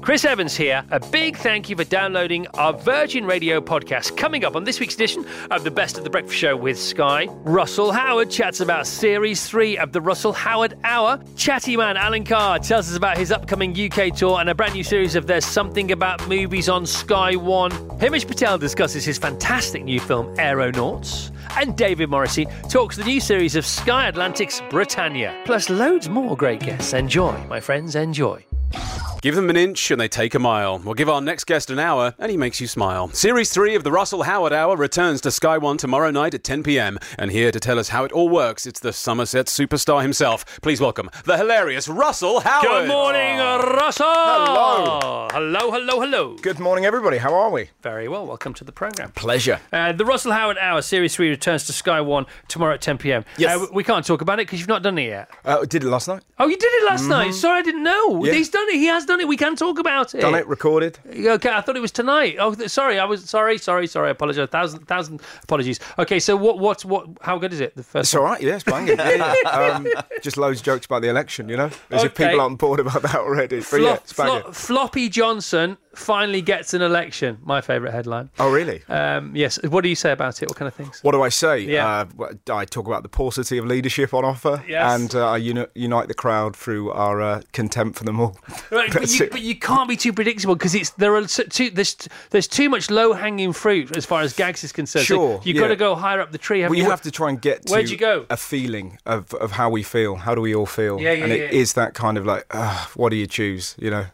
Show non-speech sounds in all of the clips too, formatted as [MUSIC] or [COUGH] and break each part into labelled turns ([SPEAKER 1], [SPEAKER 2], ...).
[SPEAKER 1] Chris Evans here. A big thank you for downloading our Virgin Radio podcast. Coming up on this week's edition of The Best of the Breakfast Show with Sky, Russell Howard chats about Series 3 of the Russell Howard Hour. Chatty man Alan Carr tells us about his upcoming UK tour and a brand new series of There's Something About Movies on Sky One. Hamish Patel discusses his fantastic new film, Aeronauts. And David Morrissey talks the new series of Sky Atlantic's Britannia. Plus, loads more great guests. Enjoy, my friends, enjoy.
[SPEAKER 2] Give them an inch and they take a mile. We'll give our next guest an hour and he makes you smile. Series 3 of the Russell Howard Hour returns to Sky One tomorrow night at 10 pm. And here to tell us how it all works, it's the Somerset superstar himself. Please welcome the hilarious Russell Howard.
[SPEAKER 1] Good morning, Russell.
[SPEAKER 3] Hello.
[SPEAKER 1] Uh, Hello, hello, hello.
[SPEAKER 3] Good morning, everybody. How are we?
[SPEAKER 1] Very well. Welcome to the program.
[SPEAKER 3] Pleasure.
[SPEAKER 1] Uh, the Russell Howard Hour Series 3 returns to Sky One tomorrow at 10 pm.
[SPEAKER 3] Yes.
[SPEAKER 1] Uh, we can't talk about it because you've not done it yet.
[SPEAKER 3] Uh, did it last night. Mm-hmm.
[SPEAKER 1] Oh, you did it last night. Sorry, I didn't know.
[SPEAKER 3] Yeah.
[SPEAKER 1] He's done it. He has done it. We can talk about it.
[SPEAKER 3] Done it. Recorded.
[SPEAKER 1] Okay, I thought it was tonight. Oh, th- sorry. I was sorry, sorry, sorry. I apologize. thousand, thousand apologies. Okay, so what, what, what, how good is it? The first
[SPEAKER 3] It's all right. Yes,
[SPEAKER 1] [LAUGHS]
[SPEAKER 3] banging. Yeah, yeah. Um, just loads of jokes about the election. You know, as if
[SPEAKER 1] Okay.
[SPEAKER 3] people aren't bored about that already. But yeah,
[SPEAKER 1] Flop-
[SPEAKER 3] it's banging.
[SPEAKER 1] flop- Floppy Johnson finally gets an election. My favourite headline.
[SPEAKER 3] Oh, really?
[SPEAKER 1] Um, yes. What do you say about it? What kind of things?
[SPEAKER 3] What do I say?
[SPEAKER 1] Yeah.
[SPEAKER 3] Uh, w- I talk about the paucity of leadership on offer,
[SPEAKER 1] Yes.
[SPEAKER 3] and uh, I uni- unite the crowd through our uh, contempt for them all.
[SPEAKER 1] [LAUGHS] Right, but,
[SPEAKER 3] That's
[SPEAKER 1] you,
[SPEAKER 3] it.
[SPEAKER 1] but you can't be too predictable because it's there are so- too there's there's too much low hanging fruit as far as gags is concerned.
[SPEAKER 3] Sure,
[SPEAKER 1] so you've
[SPEAKER 3] yeah.
[SPEAKER 1] got to go higher up the tree. haven't
[SPEAKER 3] Well, you
[SPEAKER 1] you
[SPEAKER 3] have to try and get to
[SPEAKER 1] Where'd you go?
[SPEAKER 3] a feeling of, of how we feel. How do we all feel?
[SPEAKER 1] Yeah, yeah,
[SPEAKER 3] and it is
[SPEAKER 1] yeah.
[SPEAKER 3] that kind of like, uh, what do you choose? You know,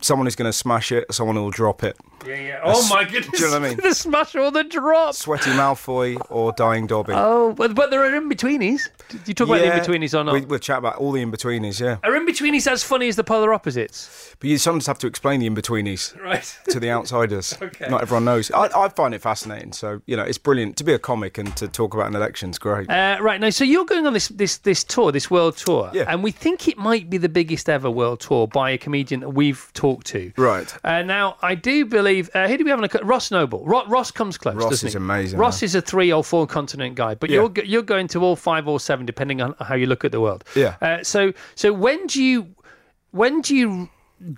[SPEAKER 3] someone is going to smash it, someone will drop it.
[SPEAKER 1] Yeah, yeah. Oh
[SPEAKER 3] s-
[SPEAKER 1] my
[SPEAKER 3] do you know
[SPEAKER 1] goodness! [LAUGHS]
[SPEAKER 3] what I mean?
[SPEAKER 1] the smash or the drop.
[SPEAKER 3] Sweaty Malfoy or Dying Dobby.
[SPEAKER 1] Oh, but, but there are in betweenies. Do you talk about the in betweenies or not?
[SPEAKER 3] We, we'll chat about all the in betweenies, yeah.
[SPEAKER 1] are in betweenies as funny as the polar opposites?
[SPEAKER 3] But you sometimes have to explain the in betweenies
[SPEAKER 1] Right.
[SPEAKER 3] to the outsiders.
[SPEAKER 1] [LAUGHS] Okay.
[SPEAKER 3] Not everyone knows. I, I find it fascinating. So, you know, it's brilliant. To be a comic and to talk about an election's great.
[SPEAKER 1] Uh, right now, so you're going on this this this tour, this world tour,
[SPEAKER 3] Yeah.
[SPEAKER 1] and we think it might be the biggest ever world tour by a comedian that we've talked to.
[SPEAKER 3] Right.
[SPEAKER 1] Uh, now, I do believe uh, who do we have on a co- Ross Noble? Ro- Ross comes close.
[SPEAKER 3] Ross
[SPEAKER 1] doesn't
[SPEAKER 3] is
[SPEAKER 1] he?
[SPEAKER 3] amazing,
[SPEAKER 1] Ross
[SPEAKER 3] man.
[SPEAKER 1] is a three or four continent guy, but
[SPEAKER 3] Yeah.
[SPEAKER 1] you're go- you're going to all five or seven, depending on how you look at the world.
[SPEAKER 3] Yeah.
[SPEAKER 1] Uh, so so when do you when do you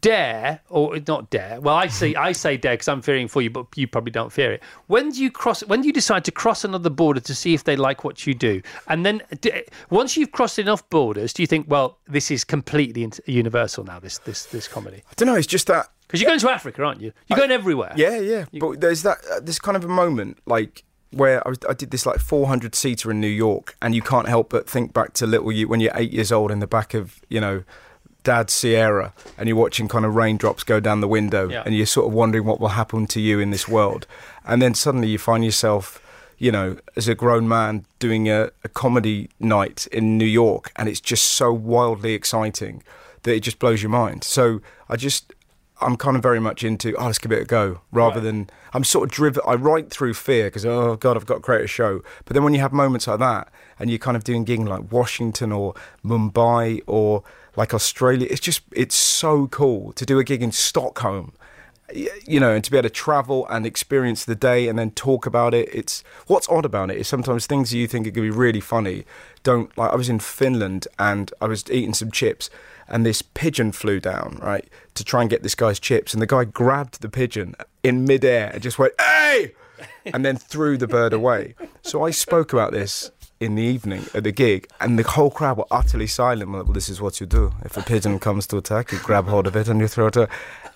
[SPEAKER 1] dare or not dare well i say i say dare because i'm fearing for you but you probably don't fear it when do you cross when do you decide to cross another border to see if they like what you do and then d- once you've crossed enough borders do you think well this is completely int- universal now this this this comedy
[SPEAKER 3] I don't know. It's just that
[SPEAKER 1] because you're going to africa aren't you you're going everywhere
[SPEAKER 3] Yeah, yeah. But there's that uh, this kind of a moment like where I, was, I did this like 400 seater in New York, and you can't help but think back to little you when you're eight years old in the back of you know. Dad's Sierra, and you're watching kind of raindrops go down the window,
[SPEAKER 1] Yeah.
[SPEAKER 3] and you're sort of wondering what will happen to you in this world. And then suddenly you find yourself, you know, as a grown man doing a, a comedy night in New York, and it's just so wildly exciting that it just blows your mind. So I just, I'm kind of very much into, oh, let's give it a go, rather than I'm sort of driven. I write through fear because, oh God, I've got to create a show. But then when you have moments like that, and you're kind of doing gigging like Washington or Mumbai or like Australia, it's just it's so cool to do a gig in Stockholm, y- you know, and to be able to travel and experience the day and then talk about it. It's what's odd about it is sometimes things that you think are going to be really funny don't like. I was in Finland and I was eating some chips and this pigeon flew down, right, to try and get this guy's chips. And the guy grabbed the pigeon in midair and just went, hey! And then threw the bird away. So I spoke about this in the evening at the gig, and the whole crowd were utterly silent. Like, well, this is what you do. If a pigeon comes to attack, you grab hold of it and you throw it. Away.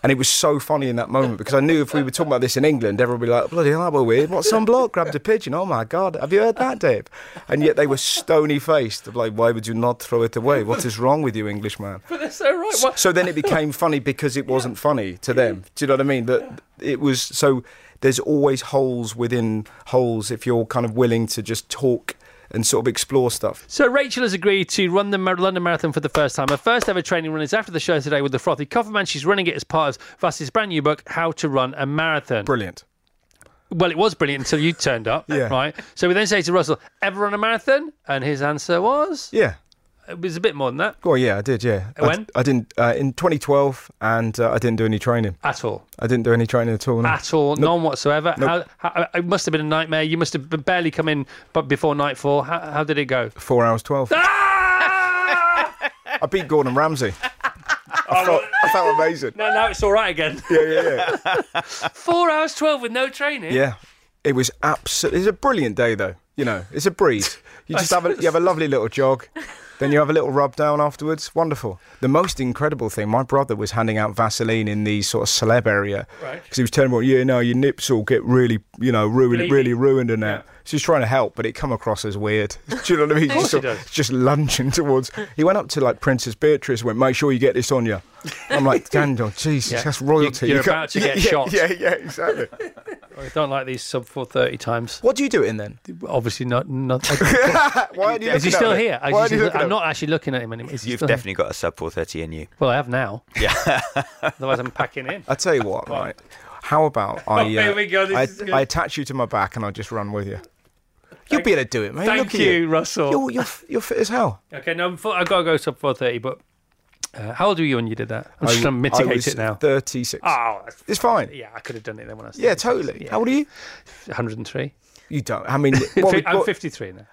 [SPEAKER 3] And it was so funny in that moment because I knew if we were talking about this in England, everyone would be like, bloody hell, that were weird. What, some bloke grabbed a pigeon? Oh my God, have you heard that, Dave? And yet they were stony faced, like, why would you not throw it away? What is wrong with you, Englishman?
[SPEAKER 1] that's so right Well,
[SPEAKER 3] so then it became funny because it wasn't funny to them. Do you know what I mean? That it was so. There's always holes within holes if you're kind of willing to just talk and sort of explore stuff.
[SPEAKER 1] So Rachel has agreed to run the Mar- London Marathon for the first time. Her first ever training run is after the show today with the Frothy Coffee Man. She's running it as part of Vass's brand new book, How to Run a Marathon.
[SPEAKER 3] Brilliant.
[SPEAKER 1] Well, it was brilliant until you turned up,
[SPEAKER 3] [LAUGHS] Yeah.
[SPEAKER 1] right? So we then say to Russell, "Ever run a marathon?" And his answer was,
[SPEAKER 3] Yeah.
[SPEAKER 1] "It was a bit more than that
[SPEAKER 3] Well, yeah, I did. Yeah. I-
[SPEAKER 1] When?
[SPEAKER 3] I, didn't uh, in 2012, and uh, I didn't do any training.
[SPEAKER 1] at all,
[SPEAKER 3] I didn't do any training at all. no.
[SPEAKER 1] at all, none whatsoever." How, how, it must have been a nightmare. You must have b- barely come in, but before nightfall, how, how did it go?
[SPEAKER 3] Four hours twelve.
[SPEAKER 1] Ah!
[SPEAKER 3] [LAUGHS] I beat Gordon Ramsay. [LAUGHS] I felt, I felt amazing.
[SPEAKER 1] no, now it's all right again.
[SPEAKER 3] Yeah, yeah, yeah.
[SPEAKER 1] [LAUGHS] Four hours twelve with no training.
[SPEAKER 3] Yeah. It was absolutely. It's a brilliant day, though. You know, it's
[SPEAKER 1] [LAUGHS]
[SPEAKER 3] a breeze. You just have a, you have a lovely little jog, then you have a little rub down afterwards. Wonderful. The most incredible thing, my brother was handing out Vaseline in the sort of celeb area
[SPEAKER 1] Right.
[SPEAKER 3] because he was telling me, "Yeah, no, your nips all get really, you know, ruined,
[SPEAKER 1] Bleeding.
[SPEAKER 3] really ruined and that."
[SPEAKER 1] Yeah.
[SPEAKER 3] So he's trying to help, but it come across as weird. [LAUGHS] Do you know what I mean?
[SPEAKER 1] course
[SPEAKER 3] just,
[SPEAKER 1] he
[SPEAKER 3] sort of-
[SPEAKER 1] does.
[SPEAKER 3] just lunging towards. He went up to like Princess Beatrice, and went, "Make sure you get this on you." I'm like, "Daniel,
[SPEAKER 1] [LAUGHS]
[SPEAKER 3] Jesus,
[SPEAKER 1] Yeah.
[SPEAKER 3] that's royalty."
[SPEAKER 1] You're- you're
[SPEAKER 3] can't-
[SPEAKER 1] about to get
[SPEAKER 3] [LAUGHS] yeah,
[SPEAKER 1] shot.
[SPEAKER 3] Yeah, yeah, exactly.
[SPEAKER 1] I don't like these sub four thirty times.
[SPEAKER 3] What do you do it in then?
[SPEAKER 1] Obviously not.
[SPEAKER 3] [LAUGHS]
[SPEAKER 1] not
[SPEAKER 3] Why are you
[SPEAKER 1] is he
[SPEAKER 3] looking at
[SPEAKER 1] still
[SPEAKER 3] me?
[SPEAKER 1] here? I
[SPEAKER 3] Why are you looking
[SPEAKER 1] am
[SPEAKER 3] at
[SPEAKER 1] not actually looking at him anymore. Is he
[SPEAKER 4] You've
[SPEAKER 1] still here?
[SPEAKER 4] definitely got a sub 430 in you.
[SPEAKER 1] Well, I have now. Yeah. [LAUGHS] Otherwise, I'm packing in.
[SPEAKER 3] me? I tell
[SPEAKER 1] [LAUGHS]
[SPEAKER 3] you what, right? How about I? uh,
[SPEAKER 1] here Oh, we go, this
[SPEAKER 3] I,
[SPEAKER 1] is good.
[SPEAKER 3] I attach you to my back and I just run with you. [LAUGHS] You'll be able to do it, mate.
[SPEAKER 1] Thank
[SPEAKER 3] Look at
[SPEAKER 1] you, Russell.
[SPEAKER 3] You're, you're f- you're fit as hell.
[SPEAKER 1] Okay, no, I'm full- I've got to go sub 430, but [LAUGHS] uh, how old were you when you did that? I'm just
[SPEAKER 3] I-
[SPEAKER 1] going to
[SPEAKER 3] I was
[SPEAKER 1] mitigate it now.
[SPEAKER 3] Thirty-six.
[SPEAKER 1] oh, that's,
[SPEAKER 3] It's fine. Yeah,
[SPEAKER 1] yeah, I could have done it then when I was [LAUGHS]
[SPEAKER 3] totally. How old are you?
[SPEAKER 1] 103.
[SPEAKER 3] You don't. I
[SPEAKER 1] [LAUGHS]
[SPEAKER 3] mean,
[SPEAKER 1] Fi-
[SPEAKER 3] what we-
[SPEAKER 1] I'm
[SPEAKER 3] what-
[SPEAKER 1] 53 now.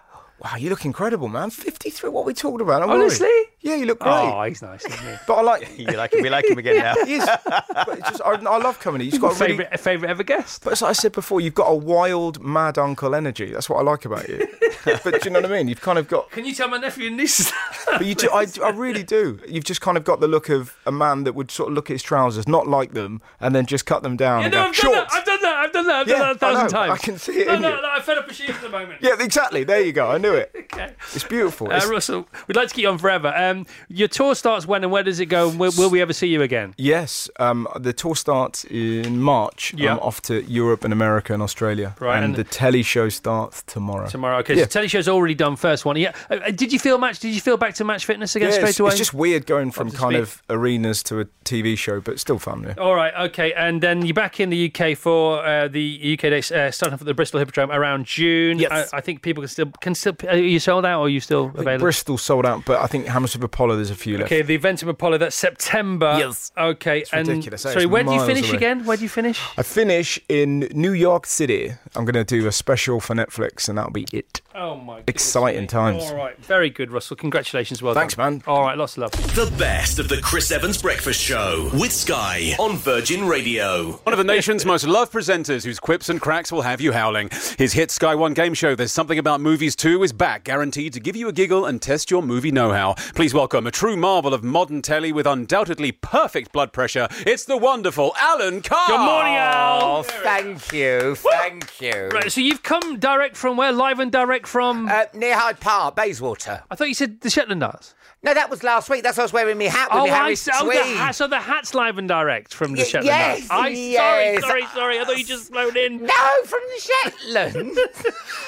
[SPEAKER 3] Wow, you look incredible, man. Fifty-three. What are we talking about? I'm worried.
[SPEAKER 1] Honestly?
[SPEAKER 3] Yeah, you look great.
[SPEAKER 1] Oh, he's nice, isn't he?
[SPEAKER 3] but
[SPEAKER 1] [LAUGHS]
[SPEAKER 3] I like.
[SPEAKER 4] You like him, we like him again
[SPEAKER 3] [LAUGHS]
[SPEAKER 4] now.
[SPEAKER 3] Yes, but it's just I, I love
[SPEAKER 1] [LAUGHS]
[SPEAKER 3] coming here. You've got a really
[SPEAKER 1] Favourite favourite ever guest?
[SPEAKER 3] But as I said before, you've got a wild, mad uncle energy. That's what I like about
[SPEAKER 1] [LAUGHS]
[SPEAKER 3] you. [LAUGHS] but do you know what I mean? You've kind of got.
[SPEAKER 1] Can you tell my nephew and niece?
[SPEAKER 3] But
[SPEAKER 1] [LAUGHS]
[SPEAKER 3] you do. I, I really do. You've just kind of got the look of a man that would sort of look at his trousers, not like them, and then just cut them down.
[SPEAKER 1] Yeah,
[SPEAKER 3] and
[SPEAKER 1] no,
[SPEAKER 3] go,
[SPEAKER 1] I've done
[SPEAKER 3] Short.
[SPEAKER 1] that. I've done that. I've done that. I've
[SPEAKER 3] Yeah,
[SPEAKER 1] done that
[SPEAKER 3] I
[SPEAKER 1] a thousand
[SPEAKER 3] know,
[SPEAKER 1] times.
[SPEAKER 3] I can see it
[SPEAKER 1] No,
[SPEAKER 3] in
[SPEAKER 1] no,
[SPEAKER 3] you.
[SPEAKER 1] no. I'm fed up with shoes at the moment.
[SPEAKER 3] [LAUGHS] Yeah, exactly. There you go. I knew it.
[SPEAKER 1] Okay.
[SPEAKER 3] It's beautiful.
[SPEAKER 1] Uh,
[SPEAKER 3] It's-
[SPEAKER 1] Russell, we'd like to keep you on forever. Um, your tour starts when and where does it go? And will, will we ever see you again?
[SPEAKER 3] yes, um, the tour starts in March.
[SPEAKER 1] Yeah.
[SPEAKER 3] I'm off to Europe and America and Australia.
[SPEAKER 1] Right,
[SPEAKER 3] And,
[SPEAKER 1] and-
[SPEAKER 3] the telly show starts tomorrow.
[SPEAKER 1] Tomorrow, okay.
[SPEAKER 3] Yeah.
[SPEAKER 1] So telly show's already done first one. Yeah. Uh, uh, did you feel match? Did you feel back to match fitness again
[SPEAKER 3] Yeah,
[SPEAKER 1] straight
[SPEAKER 3] it's,
[SPEAKER 1] away?
[SPEAKER 3] it's just weird going from
[SPEAKER 1] to
[SPEAKER 3] kind
[SPEAKER 1] speed. Oh,
[SPEAKER 3] of arenas to a TV show, but still fun. Yeah.
[SPEAKER 1] All right, okay, and then you're back in the UK for uh, the UK days, uh, starting off at the Bristol Hippodrome around June.
[SPEAKER 3] Yes.
[SPEAKER 1] I, I think people can still can still. Are you sold out or are you still
[SPEAKER 3] I think
[SPEAKER 1] available?
[SPEAKER 3] Bristol sold out, but I think Hammersmith Apollo there's a few left.
[SPEAKER 1] Okay, the event of Apollo that's September.
[SPEAKER 3] Yes.
[SPEAKER 1] Okay, and
[SPEAKER 3] ridiculous, eh?
[SPEAKER 1] sorry,
[SPEAKER 3] It's
[SPEAKER 1] where do you
[SPEAKER 3] miles
[SPEAKER 1] finish
[SPEAKER 3] away.
[SPEAKER 1] again? Where do you finish?
[SPEAKER 3] I finish in New York City. I'm going to do a special for Netflix, and that'll be it.
[SPEAKER 1] Oh my! goodness
[SPEAKER 3] Exciting
[SPEAKER 1] me.
[SPEAKER 3] times.
[SPEAKER 1] All right, very good, Russell. Congratulations, well
[SPEAKER 3] Thanks,
[SPEAKER 1] done.
[SPEAKER 3] man.
[SPEAKER 1] All right, lots of love.
[SPEAKER 5] The best of the Chris Evans Breakfast Show with Sky on Virgin Radio.
[SPEAKER 2] One of the nation's most loved presenters whose quips and cracks will have you howling. His hit Sky One game show, There's Something About Movies 2, is back, guaranteed to give you a giggle and test your movie know how. Please welcome a true marvel of modern telly with undoubtedly perfect blood pressure. It's the wonderful Alan Carr.
[SPEAKER 1] Good morning, Al.
[SPEAKER 4] Oh, thank you, thank you.
[SPEAKER 1] Right, so you've come direct from where? Live and direct from?
[SPEAKER 4] Uh, near Hyde Park, Bayswater.
[SPEAKER 1] I thought you said the Shetland Isles.
[SPEAKER 4] No, that was last week. That's why I was wearing my hat with
[SPEAKER 1] Oh,
[SPEAKER 4] my
[SPEAKER 1] I,
[SPEAKER 4] Harry's
[SPEAKER 1] see. oh, the
[SPEAKER 4] tweed.
[SPEAKER 1] hat, so the hat's live and direct from the
[SPEAKER 4] Y-
[SPEAKER 1] Shetland Isles.
[SPEAKER 4] yes,
[SPEAKER 1] I,
[SPEAKER 4] yes.
[SPEAKER 1] Sorry, sorry, sorry. I thought you just flown in.
[SPEAKER 4] No, from Shetland.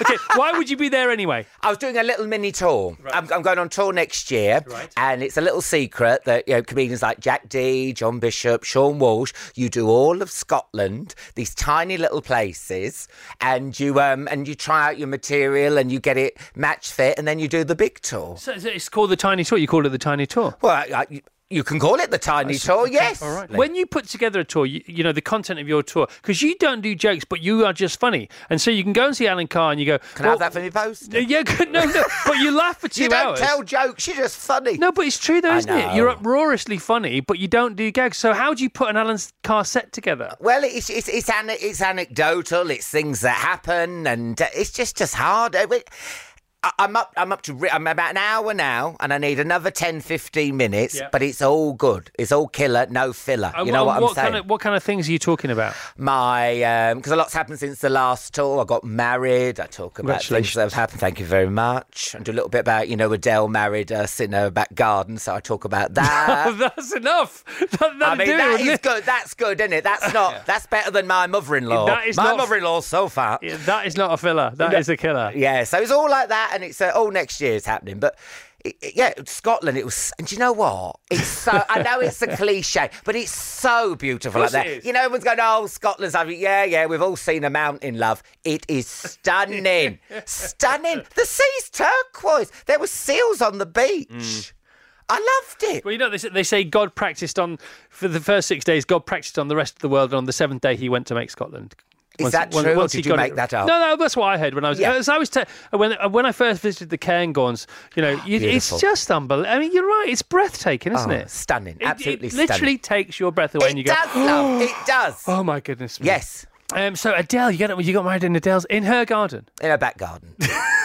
[SPEAKER 1] Okay, why would you be there anyway?
[SPEAKER 4] [LAUGHS] I was doing a little mini tour. I'm, I'm going on tour next year,
[SPEAKER 1] Right.
[SPEAKER 4] and it's a little secret that you know comedians like Jack D, John Bishop, Sean Walsh, you do all of Scotland, these tiny little places, and you um and you try out your material and you get it match fit, and then you do the big tour.
[SPEAKER 1] So so it's called the Tiny Tour. You call it the Tiny Tour.
[SPEAKER 4] Well, I, I, you- you can call it the tiny tour, yes.
[SPEAKER 1] All right. When you put together a tour, you, you know, the content of your tour, because you don't do jokes, but you are just funny. And so you can go and see Alan Carr and you go,
[SPEAKER 4] Can I have that for me post?
[SPEAKER 1] Yeah, good- no, no. But you laugh for two
[SPEAKER 4] [LAUGHS] You don't
[SPEAKER 1] hours.
[SPEAKER 4] tell jokes. You're just funny.
[SPEAKER 1] No, but it's true though,
[SPEAKER 4] I
[SPEAKER 1] isn't it? You're
[SPEAKER 4] know.
[SPEAKER 1] uproariously funny, but you don't do gags. So how do you put an Alan Carr set together?
[SPEAKER 4] Well, it's it's it's, an, it's anecdotal. It's things that happen, and uh, it's just as hard. Uh, we- I- I'm up. I'm up to. re- I'm about an hour now, and I need another 10, 15 minutes.
[SPEAKER 1] Yeah.
[SPEAKER 4] But it's all good. It's all killer, no filler.
[SPEAKER 1] Uh,
[SPEAKER 4] you know
[SPEAKER 1] wh-
[SPEAKER 4] what, I'm saying?
[SPEAKER 1] Kind of, what kind of things are you talking about?
[SPEAKER 4] My because a lot's happened since the last tour. I got married. I talk about things that have happened. Thank you very much. And do a little bit about you know Adele married us in her back garden, so I talk
[SPEAKER 1] [LAUGHS]
[SPEAKER 4] about that.
[SPEAKER 1] Oh, that's enough. [LAUGHS] That,
[SPEAKER 4] Uh, I
[SPEAKER 1] that'll
[SPEAKER 4] mean,
[SPEAKER 1] do,
[SPEAKER 4] that
[SPEAKER 1] wouldn't
[SPEAKER 4] is
[SPEAKER 1] it?
[SPEAKER 4] good. That's good, isn't it? That's not. That's better than my mother-in-law.
[SPEAKER 1] That is
[SPEAKER 4] my
[SPEAKER 1] not-
[SPEAKER 4] mother-in-law's so fat.
[SPEAKER 1] Yeah, that is not a filler. That is a killer.
[SPEAKER 4] Yeah, so it's all like that, and it's uh, oh next year's happening, but. It, it- yeah, Scotland. It was, and do you know what? It's so. I know it's a cliche, but it's so beautiful
[SPEAKER 1] Of
[SPEAKER 4] up
[SPEAKER 1] course
[SPEAKER 4] there.
[SPEAKER 1] it is.
[SPEAKER 4] You know, everyone's going, "Oh, Scotland's lovely." Yeah, yeah, we've all seen a mountain, love. It is stunning, stunning. The sea's turquoise. There were seals on the beach.
[SPEAKER 1] Mm.
[SPEAKER 4] I loved it.
[SPEAKER 1] Well, you know, they say, they say God practiced on, for the first six days, God practiced on the rest of the world, and on the seventh day, he went to make Scotland.
[SPEAKER 4] Is that
[SPEAKER 1] once-
[SPEAKER 4] true, or
[SPEAKER 1] once he
[SPEAKER 4] did you
[SPEAKER 1] got
[SPEAKER 4] make
[SPEAKER 1] it-
[SPEAKER 4] that up?
[SPEAKER 1] No, no, that's what I heard when I was.
[SPEAKER 4] Yeah.
[SPEAKER 1] as I was te- when when I first visited the Cairngorms. You know, you, it's
[SPEAKER 4] Ah, Beautiful.
[SPEAKER 1] just unbelievable. I mean, you're right; it's breathtaking, isn't
[SPEAKER 4] Oh,
[SPEAKER 1] it?
[SPEAKER 4] stunning.
[SPEAKER 1] It- it
[SPEAKER 4] Absolutely
[SPEAKER 1] Literally
[SPEAKER 4] stunning.
[SPEAKER 1] takes your breath away, and you
[SPEAKER 4] it
[SPEAKER 1] go,
[SPEAKER 4] does, love. It does.
[SPEAKER 1] "Oh my goodness!" me."
[SPEAKER 4] Yes,
[SPEAKER 1] Um, so Adele, you got you got married in Adele's in her garden.
[SPEAKER 4] in her back garden. [LAUGHS]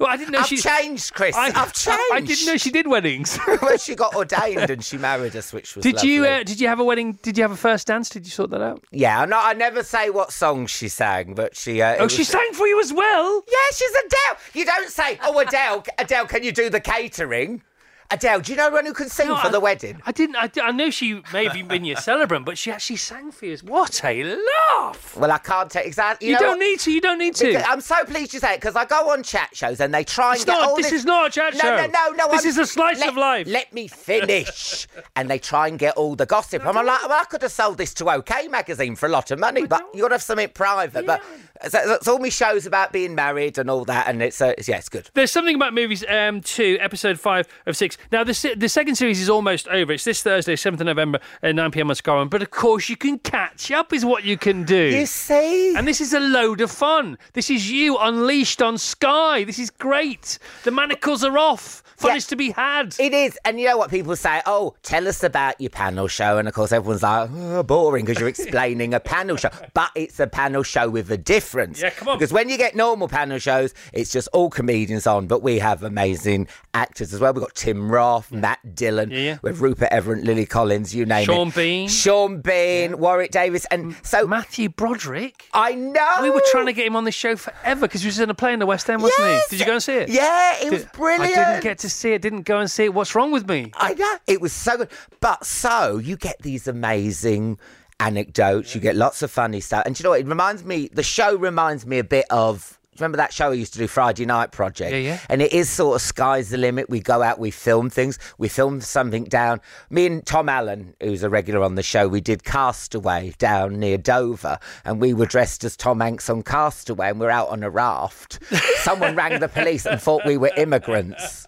[SPEAKER 1] Well, I didn't know
[SPEAKER 4] I've
[SPEAKER 1] she
[SPEAKER 4] changed, Chris. I, have changed.
[SPEAKER 1] I didn't know she did weddings. [LAUGHS]
[SPEAKER 4] well, she got ordained and she married us, which was
[SPEAKER 1] did you?
[SPEAKER 4] lovely.
[SPEAKER 1] Uh, did you have a wedding? Did you have a first dance? Did you sort that out?
[SPEAKER 4] Yeah, I'm not, I never say what song she sang, but she. Uh, it
[SPEAKER 1] Oh,
[SPEAKER 4] was-
[SPEAKER 1] she sang for you as well.
[SPEAKER 4] Yeah, she's Adele. You don't say, "Oh, Adele, Adele, can you do the catering?" Adele, do you know anyone who can sing
[SPEAKER 1] No,
[SPEAKER 4] for
[SPEAKER 1] I-
[SPEAKER 4] the wedding?
[SPEAKER 1] I didn't. I, di- I knew she may have been
[SPEAKER 4] [LAUGHS]
[SPEAKER 1] your celebrant, but she actually sang for you. What a laugh!
[SPEAKER 4] Well, I can't take exactly.
[SPEAKER 1] You,
[SPEAKER 4] know
[SPEAKER 1] don't
[SPEAKER 4] what?
[SPEAKER 1] need to. You don't need to.
[SPEAKER 4] I'm so pleased you say it because I go on chat shows and they try and
[SPEAKER 1] It's
[SPEAKER 4] get
[SPEAKER 1] not-
[SPEAKER 4] all
[SPEAKER 1] this is not a chat
[SPEAKER 4] no,
[SPEAKER 1] show.
[SPEAKER 4] No, no, no.
[SPEAKER 1] This
[SPEAKER 4] I'm-
[SPEAKER 1] is a slice
[SPEAKER 4] let-
[SPEAKER 1] of life.
[SPEAKER 4] Let
[SPEAKER 1] [LAUGHS]
[SPEAKER 4] me finish. and they try and get all the gossip. And I'm like, well, I could have sold this to OK magazine for a lot of money, but you got to have something private. But so, that's all my shows about being married and all that. And it's uh, it's- yeah, it's good.
[SPEAKER 1] There's something about movies. Um, two, episode five of six. Now the se- the second series is almost over. It's this Thursday, seventh of November, at nine pm on Sky One. But of course, you can catch up. Is what you can do.
[SPEAKER 4] You see.
[SPEAKER 1] And this is a load of fun. This is you unleashed on Sky. This is great. The manacles are off. Fun
[SPEAKER 4] Yeah.
[SPEAKER 1] is to be had.
[SPEAKER 4] It is. And you know what people say? Oh, tell us about your panel show. And of course, everyone's like, oh, boring because you're explaining a panel show. But it's a panel show with a difference.
[SPEAKER 1] Yeah, come on.
[SPEAKER 4] Because when you get normal panel shows, it's just all comedians on. But we have amazing actors as well. We've got Tim Roth, Matt Dillon,
[SPEAKER 1] Yeah, yeah.
[SPEAKER 4] with Rupert Everett, Lily Collins, you name
[SPEAKER 1] Sean
[SPEAKER 4] it.
[SPEAKER 1] Bean.
[SPEAKER 4] Sean Bean, Warwick Davis. And so
[SPEAKER 1] Matthew Broderick.
[SPEAKER 4] I know.
[SPEAKER 1] We were trying to get him on this show forever because he was in a play in the West End, wasn't
[SPEAKER 4] Yes.
[SPEAKER 1] he? Did you go and see it?
[SPEAKER 4] Yeah, it was
[SPEAKER 1] Did-
[SPEAKER 4] brilliant.
[SPEAKER 1] I didn't get to see it. Didn't go and see it. What's wrong with me?
[SPEAKER 4] I know. It was so good. But so you get these amazing anecdotes, you get lots of funny stuff. And do you know what? It reminds me, the show reminds me a bit of. do you Remember that show I used to do, Friday Night Project?
[SPEAKER 1] Yeah, yeah.
[SPEAKER 4] And it is sort of sky's the limit. We go out, we film things, we film something down. Me and Tom Allen, who's a regular on the show, we did Castaway down near Dover, and we were dressed as Tom Hanks on Castaway, and we're out on a raft. Someone rang the police and thought we were immigrants.